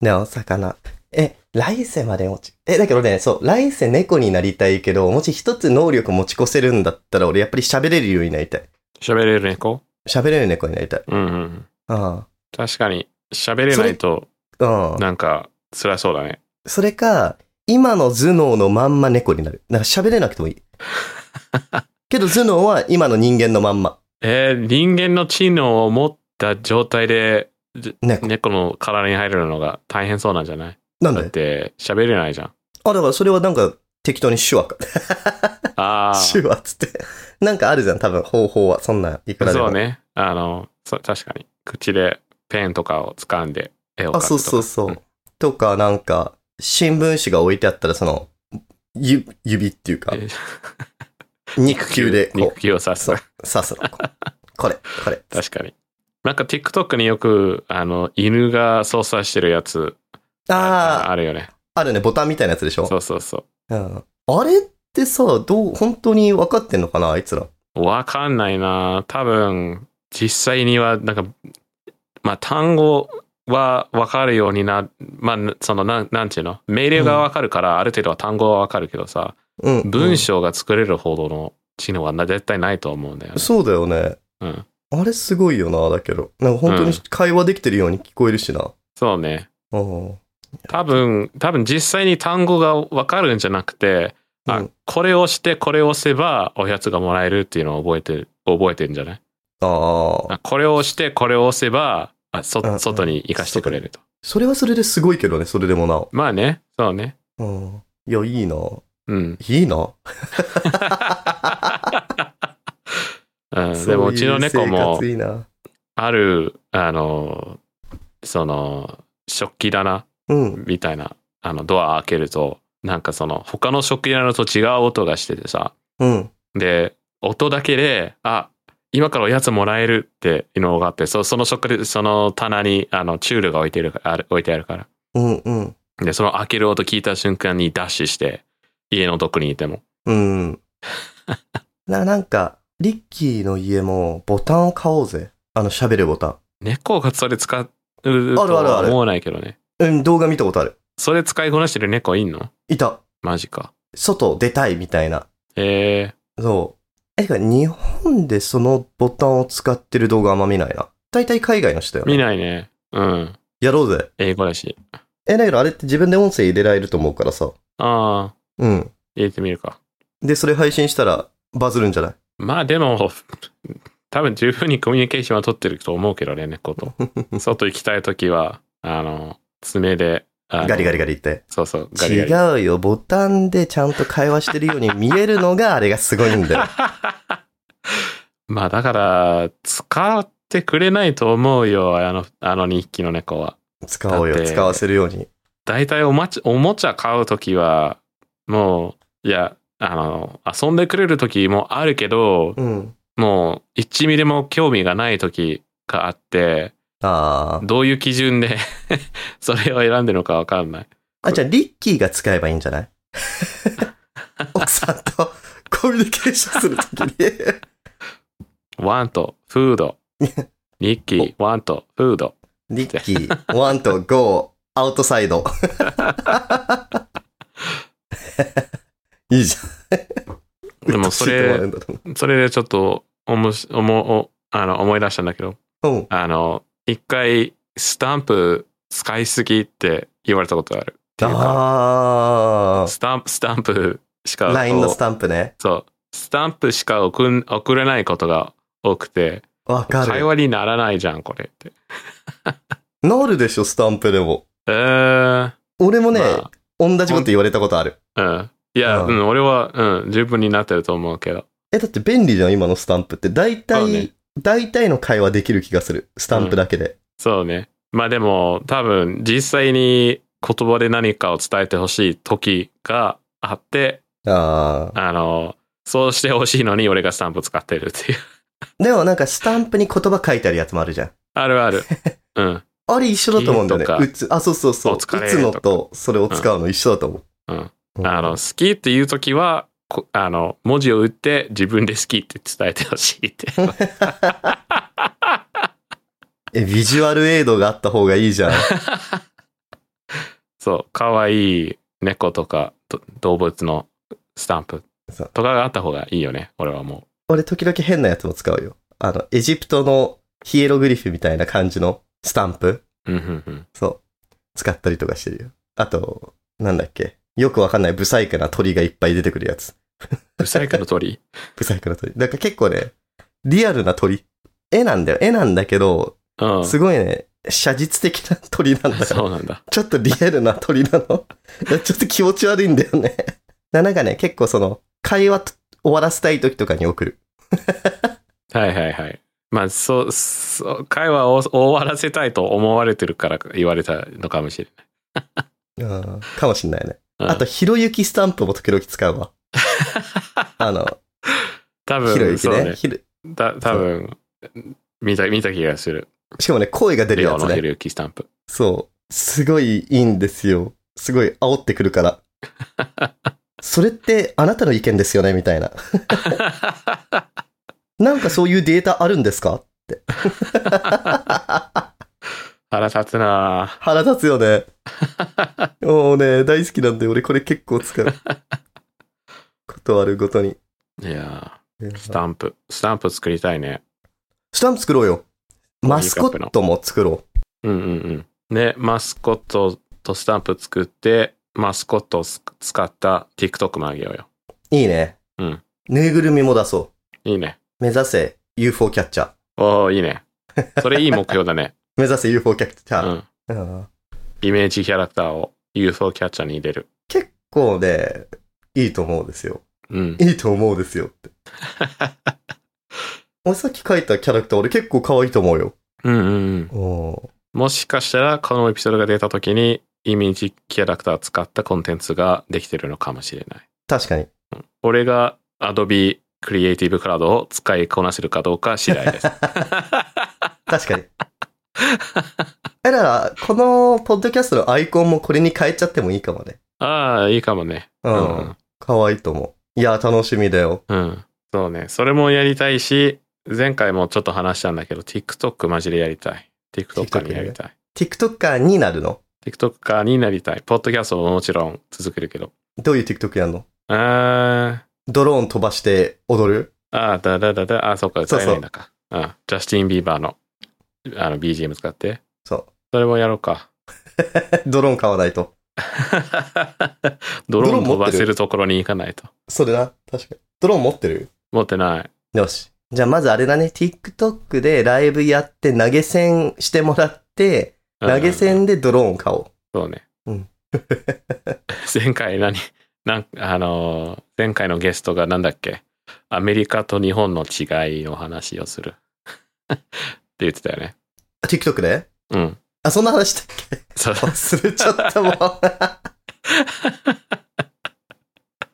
[SPEAKER 2] ね、お魚。え、来世まで持ち、え、だけどね、そう、来世猫になりたいけど、もし一つ能力持ち越せるんだったら、俺やっぱり喋れるようになりたい。
[SPEAKER 1] 喋れる猫
[SPEAKER 2] 喋れる猫になりたい。
[SPEAKER 1] うんうん。
[SPEAKER 2] あ
[SPEAKER 1] 確かに、喋れないと、
[SPEAKER 2] あ、うん。
[SPEAKER 1] なんか、辛そうだね。
[SPEAKER 2] それか、今の頭脳のまんま猫になる。なんか喋れなく
[SPEAKER 1] [laughs]
[SPEAKER 2] てもいい。けど頭脳は今の人間のまんま。
[SPEAKER 1] えー人間の知能を持った状態で、じ
[SPEAKER 2] 猫。
[SPEAKER 1] 猫の体に入るのが大変そうなんじゃない
[SPEAKER 2] なん
[SPEAKER 1] だ
[SPEAKER 2] で
[SPEAKER 1] って、喋れないじゃん。
[SPEAKER 2] あ、だからそれはなんか適当に手話か。
[SPEAKER 1] ああ、
[SPEAKER 2] [laughs] 手話っつって。なんかあるじゃん、多分方法は。そんなんいくらでも。
[SPEAKER 1] そうね。あの、そう確かに。口でペンとかを掴んで絵を描くと
[SPEAKER 2] あ、
[SPEAKER 1] か。
[SPEAKER 2] そ
[SPEAKER 1] [laughs]
[SPEAKER 2] うそうそう。
[SPEAKER 1] うん
[SPEAKER 2] とか、なんか、新聞紙が置いてあったら、その、ゆ、指っていうか
[SPEAKER 1] え、ー
[SPEAKER 2] 肉球で、こ
[SPEAKER 1] 肉球を刺す
[SPEAKER 2] そう。う、刺すの。こうこれ、これ。
[SPEAKER 1] [laughs] 確かに。なんか TikTok によく、あの、犬が操作してるやつ、
[SPEAKER 2] ああ、
[SPEAKER 1] あるよね。
[SPEAKER 2] あるね、ボタンみたいなやつでしょ
[SPEAKER 1] そうそうそう。
[SPEAKER 2] うんあれってさ、どう、本当に分かってんのかな、あいつら。
[SPEAKER 1] わかんないな多分、実際には、なんか、まあ、単語はわかるようにな、まあ、その、なん、なんていうの命令がわかるから、ある程度は単語はわかるけどさ、
[SPEAKER 2] うん。
[SPEAKER 1] 文章が作れるほどの知能はな絶対ないと思うんだよ
[SPEAKER 2] うん
[SPEAKER 1] ね。
[SPEAKER 2] そうだよね。
[SPEAKER 1] うん。
[SPEAKER 2] あれすごいよな、だけど。なんか本当
[SPEAKER 1] うん
[SPEAKER 2] に会話できてるように聞こえるしな。
[SPEAKER 1] そうね。
[SPEAKER 2] うん。
[SPEAKER 1] 多分、多分実際に単語がわかるんじゃなくて、あ、
[SPEAKER 2] うん
[SPEAKER 1] これをして、これを押せば、おやつがもらえるっていうのを覚えてる、覚えてるんじゃない
[SPEAKER 2] ああ。
[SPEAKER 1] あこれをして、これを押せば、あそ
[SPEAKER 2] うんうん
[SPEAKER 1] 外に生かしてくれると。
[SPEAKER 2] それはそれですごいけどね、それでもな。
[SPEAKER 1] まあね、そうね。
[SPEAKER 2] うん。いや、いいな。
[SPEAKER 1] うん。
[SPEAKER 2] いいな。
[SPEAKER 1] うん、でもうちの猫
[SPEAKER 2] そういう生
[SPEAKER 1] も
[SPEAKER 2] 活いいな。
[SPEAKER 1] あるあのその食器棚
[SPEAKER 2] うん。
[SPEAKER 1] みたいな、あの、ドア開けると、なんかその、他の食器棚と違う音がしててさ、
[SPEAKER 2] うん。
[SPEAKER 1] で、音だけで、あ、今からおやつもらえるっていうのがあって、そその食で、その棚に、あの、チュールが置いてるかある、置いてあるから。
[SPEAKER 2] うん。うん。
[SPEAKER 1] で、その開ける音聞いた瞬間にダッシュして、家のどこにいても。 [laughs]
[SPEAKER 2] うん。な、なんか、リッキーの家もボタンを買おうぜ。あの、喋るボタ
[SPEAKER 1] 猫がそれ使うと
[SPEAKER 2] あるある
[SPEAKER 1] は思わないけどね。
[SPEAKER 2] ン。うん、動画見たことある。
[SPEAKER 1] それ使いこなしてる猫いんの
[SPEAKER 2] いた。
[SPEAKER 1] マジか。
[SPEAKER 2] 外出たいみたいな。
[SPEAKER 1] え
[SPEAKER 2] そう。え、てか、日本でそのボタンを使ってる動画あんま見ないな。大体海外の人だよ
[SPEAKER 1] ー、見
[SPEAKER 2] ね。
[SPEAKER 1] ないね。うん。
[SPEAKER 2] やろうぜ。
[SPEAKER 1] 英語だし。
[SPEAKER 2] え、だけどあれって自分で音声入れられると思うからさ。
[SPEAKER 1] ああ、
[SPEAKER 2] うん。
[SPEAKER 1] 入れてみるか。
[SPEAKER 2] で、それ配信したらバズるんじゃない
[SPEAKER 1] まあでも、多分十分にコミュニケーションは取ってると思うけどね、猫
[SPEAKER 2] [laughs]
[SPEAKER 1] と。外行きたいときは、あの、爪で、ガ
[SPEAKER 2] ガリガリ
[SPEAKER 1] リ。
[SPEAKER 2] ガリって。
[SPEAKER 1] そうそう、ガリガリ。
[SPEAKER 2] 違うよ。ボタンでちゃんと会話してるように見えるのがあれがすごいん
[SPEAKER 1] [laughs]
[SPEAKER 2] だよ。
[SPEAKER 1] まあだから、使ってくれないと思うよ、あの、あの2匹の猫は。
[SPEAKER 2] 使おう
[SPEAKER 1] だ
[SPEAKER 2] よ。
[SPEAKER 1] って
[SPEAKER 2] 使わせるように。
[SPEAKER 1] 大体おまち、おもちゃ買うときは、もう、いや、あの、遊んでくれるときもあるけど、
[SPEAKER 2] うん。
[SPEAKER 1] もう、1ミリも興味がないときがあって、
[SPEAKER 2] あー
[SPEAKER 1] どういう基準で、 [laughs] それを選んでるのかわかんない。
[SPEAKER 2] あ。じゃあ、リッキーが使えばいいんじ
[SPEAKER 1] [laughs]
[SPEAKER 2] ゃない奥さんとコミュニケーションするときに。
[SPEAKER 1] ワンと、フー
[SPEAKER 2] [laughs]
[SPEAKER 1] ド。リッキー、ワンと、フード。
[SPEAKER 2] リッキー、ワンとゴー、アウトサ
[SPEAKER 1] [laughs]
[SPEAKER 2] イド。いいじゃん。
[SPEAKER 1] でもそれ
[SPEAKER 2] [laughs] 鬱陶しいと思われるんだと思
[SPEAKER 1] それでちょっと、おもし、おも、おあの、思い出したんだけど、
[SPEAKER 2] う。うん。
[SPEAKER 1] あの、一回、スタンプ使いすぎって言われたことある。っていうか
[SPEAKER 2] あ
[SPEAKER 1] スタンプ、スタンプしか、
[SPEAKER 2] あ。LINE のス
[SPEAKER 1] ン
[SPEAKER 2] タンプね。
[SPEAKER 1] プ。そう。スタンプしか送ん送れないことが多くて、
[SPEAKER 2] わか
[SPEAKER 1] 会
[SPEAKER 2] る。
[SPEAKER 1] 話にならないじゃん、これって。
[SPEAKER 2] なるでしょ、スタンプでも。
[SPEAKER 1] えー、
[SPEAKER 2] 俺もね、
[SPEAKER 1] ま
[SPEAKER 2] 同じこと言われたことある。
[SPEAKER 1] あ、うん。いや、
[SPEAKER 2] う
[SPEAKER 1] うんん、俺は、うん、十分になってると思うけど。
[SPEAKER 2] え、だって便利じゃん、今のスタンプって。大
[SPEAKER 1] そう
[SPEAKER 2] 体、
[SPEAKER 1] ね
[SPEAKER 2] 大体の会話できる気がする。スタンプだけで。
[SPEAKER 1] そうね。まあでも、多分、実際に言葉で何かを伝えてほしい時があって、
[SPEAKER 2] ああ。
[SPEAKER 1] あの、そうしてほしいのに俺がスタンプ使ってるっていう。 [laughs]
[SPEAKER 2] でもなんかスタンプに言葉書いてあるやつもあるじゃん。
[SPEAKER 1] あるある。うん。
[SPEAKER 2] あれ一緒だと思うんだよね
[SPEAKER 1] いいと。か
[SPEAKER 2] 打つ。あ、そうそうそう。
[SPEAKER 1] お疲
[SPEAKER 2] 打
[SPEAKER 1] れ
[SPEAKER 2] つのと、それを使うの一緒だと思
[SPEAKER 1] う
[SPEAKER 2] う。
[SPEAKER 1] んあの、、好きっていうときは、こあの、文字を打って自分で好きって伝えてほしい
[SPEAKER 2] [laughs]
[SPEAKER 1] って。
[SPEAKER 2] え、ビジュアルエイドがあった方がいいじゃん。 [laughs]
[SPEAKER 1] そう、可愛い猫とかと動物のスタンプ
[SPEAKER 2] そう
[SPEAKER 1] とかがあった方がいいよね、俺はも
[SPEAKER 2] 俺時々変なやつも使うよ。あの、エジプトのヒエログリフみたいな感じのスタンプ。
[SPEAKER 1] う。うんうん
[SPEAKER 2] [laughs]
[SPEAKER 1] うん。
[SPEAKER 2] そう。使ったりとかしてるよ。あと、なんだっけ。よくわかんないブサイクな鳥がいっぱい出てくるやつ。
[SPEAKER 1] ブサイクの鳥
[SPEAKER 2] ブサイクな鳥。なんか結構ね、リアルな鳥。絵なんだよ。絵なんだけど、
[SPEAKER 1] うん。
[SPEAKER 2] すごいね、写実的な鳥なんだ
[SPEAKER 1] そ
[SPEAKER 2] よ。
[SPEAKER 1] うなんだ。
[SPEAKER 2] ちょっとリアルな鳥なの。 [laughs] ちょっと気持ち悪いんだよね。 [laughs] ななんかね、結構その、会話と終わらせたい時とかに送る。
[SPEAKER 1] はいはいはい。まあ、そう、そう、会話を終わらせたいと思われてるから言われたのかもしれない。
[SPEAKER 2] うんかもしんないね。
[SPEAKER 1] うん
[SPEAKER 2] あと、ひろゆきスタンプも時々使
[SPEAKER 1] [laughs]
[SPEAKER 2] うわ。あの、
[SPEAKER 1] 多
[SPEAKER 2] ひろゆ
[SPEAKER 1] 分、
[SPEAKER 2] き
[SPEAKER 1] そう
[SPEAKER 2] ね
[SPEAKER 1] ね。
[SPEAKER 2] ひろ
[SPEAKER 1] た多分見た、見た気がする。
[SPEAKER 2] しかもね、声が出る
[SPEAKER 1] レ
[SPEAKER 2] や
[SPEAKER 1] オ
[SPEAKER 2] つ
[SPEAKER 1] の
[SPEAKER 2] ね
[SPEAKER 1] ひ。ろゆきスタンプ。
[SPEAKER 2] そう。すごいいいんですよ。すごい煽ってくる
[SPEAKER 1] [laughs]
[SPEAKER 2] から。それってあなたの意見ですよね
[SPEAKER 1] [laughs]
[SPEAKER 2] みたいな。なんかそういうデータあるんですか
[SPEAKER 1] 腹立つな
[SPEAKER 2] 腹立つよ [laughs] ね。もうね、大好きなんで俺これ結構使う。 [laughs] ことあるごとに。
[SPEAKER 1] ぁいやース
[SPEAKER 2] ス
[SPEAKER 1] タンプ。スタンプ作りたいね。
[SPEAKER 2] タンプ作ろうよ。マスコットも作ろ
[SPEAKER 1] うんうんうん。で、マスコットとスタンプ作って、マスコットをす使った TikTok もあげようよ。
[SPEAKER 2] う。いいね。
[SPEAKER 1] うん
[SPEAKER 2] ぬいぐるみも出そう。
[SPEAKER 1] いいね。
[SPEAKER 2] 目指せ UFO キャッチャー。
[SPEAKER 1] おー、いいね。それいい目標だ
[SPEAKER 2] [laughs]
[SPEAKER 1] ね。
[SPEAKER 2] 目指せ UFO キャッチ
[SPEAKER 1] う
[SPEAKER 2] ャー。
[SPEAKER 1] ん。
[SPEAKER 2] うん
[SPEAKER 1] イメージキャラクターを UFO キャッチャーに入れる。
[SPEAKER 2] 結構ね、いいと思うんですよ。
[SPEAKER 1] うん。
[SPEAKER 2] いいと思うですよ [laughs] って。俺さっき描いたキャラクター俺結構可愛いと思うよ。
[SPEAKER 1] うんうんうん。
[SPEAKER 2] お
[SPEAKER 1] もしかしたらこのエピソードが出た時にイメージキャラクターを使ったコンテンツができてるのかもしれない。
[SPEAKER 2] 確かに。
[SPEAKER 1] 俺が Adobe Creative Cloud を使いこなせるかどうか次第です。
[SPEAKER 2] 確かに。えだから、このポッドキャストのアイコンもこれに変えちゃってもいいかもね。
[SPEAKER 1] ああ、いいかもね。
[SPEAKER 2] う。。
[SPEAKER 1] うん
[SPEAKER 2] 可、愛、いと思う。いや、楽しみだよ。
[SPEAKER 1] うん。そうね。それもやりたいし、前回もちょっと話したんだけど、TikTok マジでやりたい。TikToker にやりたい。
[SPEAKER 2] TikToker になるの
[SPEAKER 1] TikToker になりたい。ポッドキャストももちろん続けるけど。
[SPEAKER 2] どういう TikTok やんの
[SPEAKER 1] あー
[SPEAKER 2] ドローン飛ばして踊る
[SPEAKER 1] あー、だだだだ、あー、そうか、
[SPEAKER 2] そうそう
[SPEAKER 1] 歌えないんだか。うん。ジャスティン・ビーバーのあの BGM 使って。
[SPEAKER 2] そ
[SPEAKER 1] それもやろう
[SPEAKER 2] [laughs]
[SPEAKER 1] か。
[SPEAKER 2] う。ドローン買わないと。
[SPEAKER 1] ドロー
[SPEAKER 2] ドローン持っ
[SPEAKER 1] ン飛ば
[SPEAKER 2] てる
[SPEAKER 1] せるところに行かないと。
[SPEAKER 2] それな。確かに。ドローン持ってる
[SPEAKER 1] 持ってない。
[SPEAKER 2] よし。じゃあまずあれだね。TikTok でライブやって投げ銭してもらって、
[SPEAKER 1] うん
[SPEAKER 2] 投げ銭でドローン買おう。
[SPEAKER 1] そうね。
[SPEAKER 2] うん。
[SPEAKER 1] [laughs] 前回何なんあのー、前回のゲストがなんだっけアメリカと日本の違いの話をする。 [laughs] って言ってたよね。
[SPEAKER 2] あ TikTok で
[SPEAKER 1] うん。
[SPEAKER 2] あ、そんな話したっけ [laughs]
[SPEAKER 1] そう
[SPEAKER 2] 忘れちゃったもん。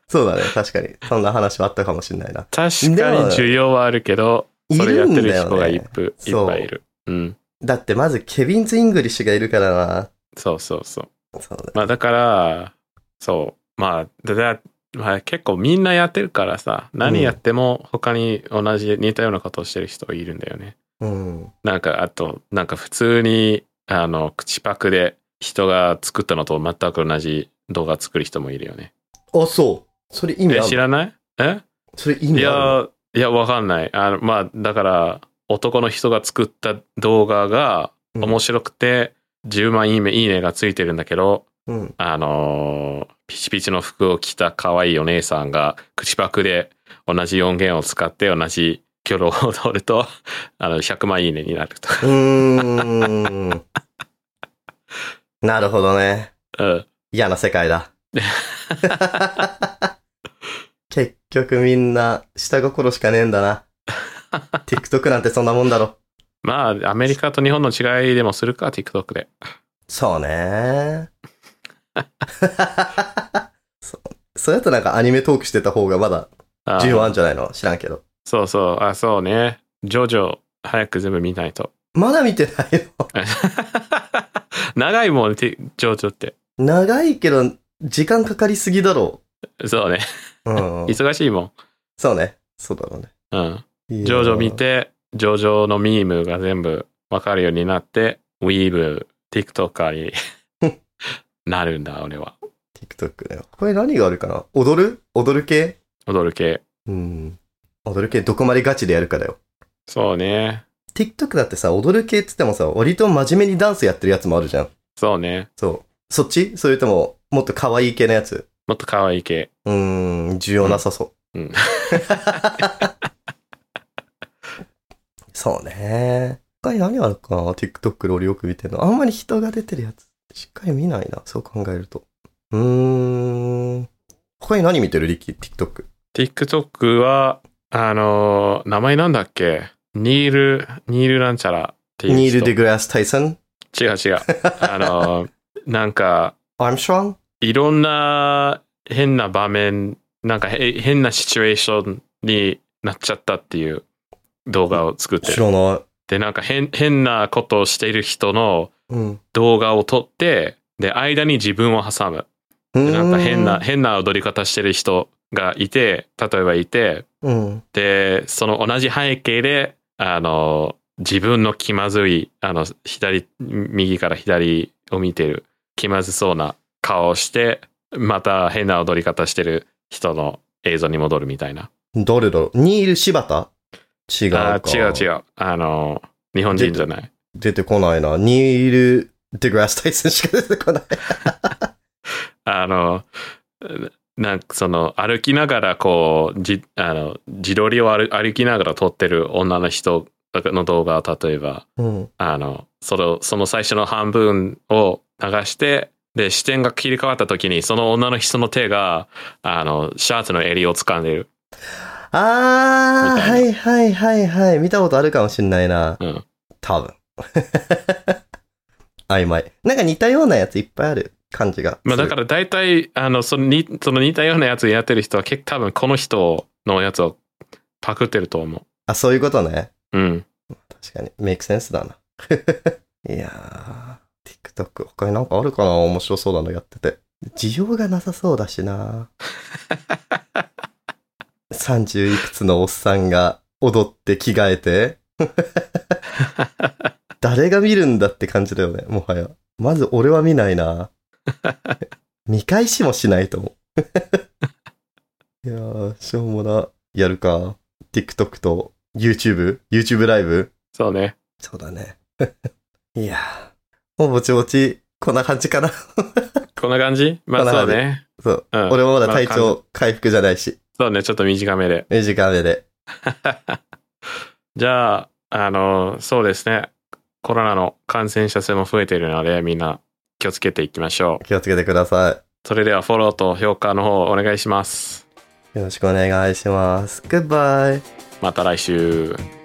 [SPEAKER 2] そうだね。確かに。そんな話はあったかもしれないな。
[SPEAKER 1] 確かに需要はあるけど、
[SPEAKER 2] い
[SPEAKER 1] それや
[SPEAKER 2] る
[SPEAKER 1] っ
[SPEAKER 2] ん
[SPEAKER 1] て
[SPEAKER 2] だ
[SPEAKER 1] る人
[SPEAKER 2] よ
[SPEAKER 1] がいっ
[SPEAKER 2] ね。
[SPEAKER 1] ぷい
[SPEAKER 2] そう
[SPEAKER 1] っぱいいる。うん。
[SPEAKER 2] だってまずケビンズ・イングリッシュがいるからな。
[SPEAKER 1] そうそうそう。
[SPEAKER 2] そうだ
[SPEAKER 1] まあだから、そう。まあ、だだまあ、結構みんなやってるからさ、何やっても他に同じ似たようなことをしてる人いるんだよね。
[SPEAKER 2] うん。
[SPEAKER 1] なんか、あと、なんか普通に、あの、口パクで人が作ったのと全く同じ動画作る人もいるよね。
[SPEAKER 2] あ、そう。それ意味
[SPEAKER 1] え、
[SPEAKER 2] あ
[SPEAKER 1] 知
[SPEAKER 2] るの
[SPEAKER 1] らないえ
[SPEAKER 2] それ意
[SPEAKER 1] い
[SPEAKER 2] 味あるの
[SPEAKER 1] や、いや、わかんない。あの、まあ、だから、男の人が作った動画が
[SPEAKER 2] うん
[SPEAKER 1] 面白くて、10万いいねいいねがついてるんだけど、
[SPEAKER 2] うん。
[SPEAKER 1] あのーピチピチの服を着た可愛いお姉さんが口パクで同じ音源を使って同じ挙動を取ると、 [laughs] あの、100万いいねになるとか。 [laughs]
[SPEAKER 2] うーん。なるほどね。
[SPEAKER 1] うん。
[SPEAKER 2] 嫌な世
[SPEAKER 1] [laughs]
[SPEAKER 2] 界だ。結局みんな下心しかねえんだな。TikTok なんてそんなもんだろ。
[SPEAKER 1] まあ、アメリカと日本の違いでもするか、TikTok で。
[SPEAKER 2] そうね。 [laughs] そそれだとなんかアニメトークしてた方がまだ
[SPEAKER 1] あ
[SPEAKER 2] 需要あるんじゃないの知らんけど。
[SPEAKER 1] そうそう、あ、そうね。ジョジョ、早く全部見ないと。 [laughs]
[SPEAKER 2] まだ見てないの [laughs]
[SPEAKER 1] 長いもん、てジョジョって。
[SPEAKER 2] 長いけど、時間かかりすぎだろ
[SPEAKER 1] そうね。
[SPEAKER 2] う。うん。
[SPEAKER 1] [laughs] 忙しいもん。
[SPEAKER 2] そうね。そうだろうね。
[SPEAKER 1] うん。
[SPEAKER 2] いや
[SPEAKER 1] ジョジョ見。て、ジョジョのミームが全部わかるようになって、ウィーブ、TikToker になるんだ、俺は。
[SPEAKER 2] TikTok だよ。これ何があるかな踊る踊る系
[SPEAKER 1] 踊る系。
[SPEAKER 2] うん。踊る系どこまでガチでやるかだよ。
[SPEAKER 1] そうね。
[SPEAKER 2] TikTok だってさ、踊る系っつってもさ、割と真面目にダンスやってるやつもあるじゃん。
[SPEAKER 1] そうね。
[SPEAKER 2] そう。そっちそれとも、もっと可愛い系のやつ
[SPEAKER 1] もっと可愛い系。
[SPEAKER 2] うーん、需要なさそう。
[SPEAKER 1] うんうん
[SPEAKER 2] [laughs] そうね。他に何あるかな ?TikTok で俺よく見てるの。あんまり人が出てるやつ。しっかり見ないな。そう考えると。うーん。他に何見てるリッキー ?TikTok。
[SPEAKER 1] TikTok は、あのー名前なんだっけニール、ニールなんちゃらっていう人。
[SPEAKER 2] ニール・デグラス・タイソン
[SPEAKER 1] 違う違う。あ
[SPEAKER 2] [laughs]
[SPEAKER 1] のーなんか、
[SPEAKER 2] アームストロング
[SPEAKER 1] いろんな変な場面、なんかへ変なシチュエーションになっちゃったっていう動画を作って
[SPEAKER 2] 知
[SPEAKER 1] る。
[SPEAKER 2] らない。
[SPEAKER 1] で、なんか変、変なことをしている人の
[SPEAKER 2] うん。
[SPEAKER 1] 動画を撮って、で、間に自分を挟む。で、なんか変な、。変な踊り方してる人がいて、例えばいて、
[SPEAKER 2] うん。
[SPEAKER 1] で、その同じ背景で、あの、自分の気まずい、あの、左、右から左を見てる、気まずそうな顔をして、また変な踊り方してる人の映像に戻るみたいな。
[SPEAKER 2] 誰だろうニール・柴田違う
[SPEAKER 1] あ
[SPEAKER 2] か。
[SPEAKER 1] ー違う違う。あの、日本人じゃない。
[SPEAKER 2] 出てこないな。ニール・デグラス・タイソンしか出てこない。
[SPEAKER 1] あの、なんかその歩きながらこうじあの自撮りを歩歩きながら撮ってる女の人の動画を例えば
[SPEAKER 2] うん。
[SPEAKER 1] あの、その、その最初の半分を流して、で、視点が切り替わった時に、その女の人の手が、あの、シャーツの襟を掴んでる。
[SPEAKER 2] あー、
[SPEAKER 1] み
[SPEAKER 2] は
[SPEAKER 1] たい
[SPEAKER 2] いはいはいはい。見たことあるかもしんないな。
[SPEAKER 1] うん。
[SPEAKER 2] 多分。 [laughs] 曖昧。なんか似たようなやついっぱいある感じが。。
[SPEAKER 1] まあだからら大体、あの、そのにその似たようなやつやってる人は結構多分この人のやつをパクってると思
[SPEAKER 2] あ、そういうことね。
[SPEAKER 1] う。うん。
[SPEAKER 2] 確かに。メイクセンスだな。 [laughs] いやー、TikTok 他になんかあるかな面白そうなのやってて。需要がなさそうだしな30いくつのおっさんが踊って着替えて。 [laughs] 誰が見るんだって感じだよね、もはや。まず俺は見ないな見返しもしないと思う。 [laughs] いやー、しょうもな。やるか。TikTok と YouTube?YouTube ライブ
[SPEAKER 1] そうね。
[SPEAKER 2] そうだね。 [laughs] いやー、もうぼちぼち、こんな感じかな。
[SPEAKER 1] こんな感じま
[SPEAKER 2] こん
[SPEAKER 1] あ
[SPEAKER 2] な
[SPEAKER 1] そ
[SPEAKER 2] 感
[SPEAKER 1] う
[SPEAKER 2] じ
[SPEAKER 1] ね。
[SPEAKER 2] そう。
[SPEAKER 1] うん
[SPEAKER 2] 俺もまだ体
[SPEAKER 1] まあ
[SPEAKER 2] 調回復じゃないし、
[SPEAKER 1] そうね、ちょっと短めで。
[SPEAKER 2] 短めで。
[SPEAKER 1] じゃあ、あの、そうですね。コロナの感染者数も増えているので、みんな気をつけていきましょう。
[SPEAKER 2] 気をつけてくださ
[SPEAKER 1] それではフォローと評価の方お願いします。
[SPEAKER 2] い。よろしくお願いします。Goodbye!
[SPEAKER 1] また来週。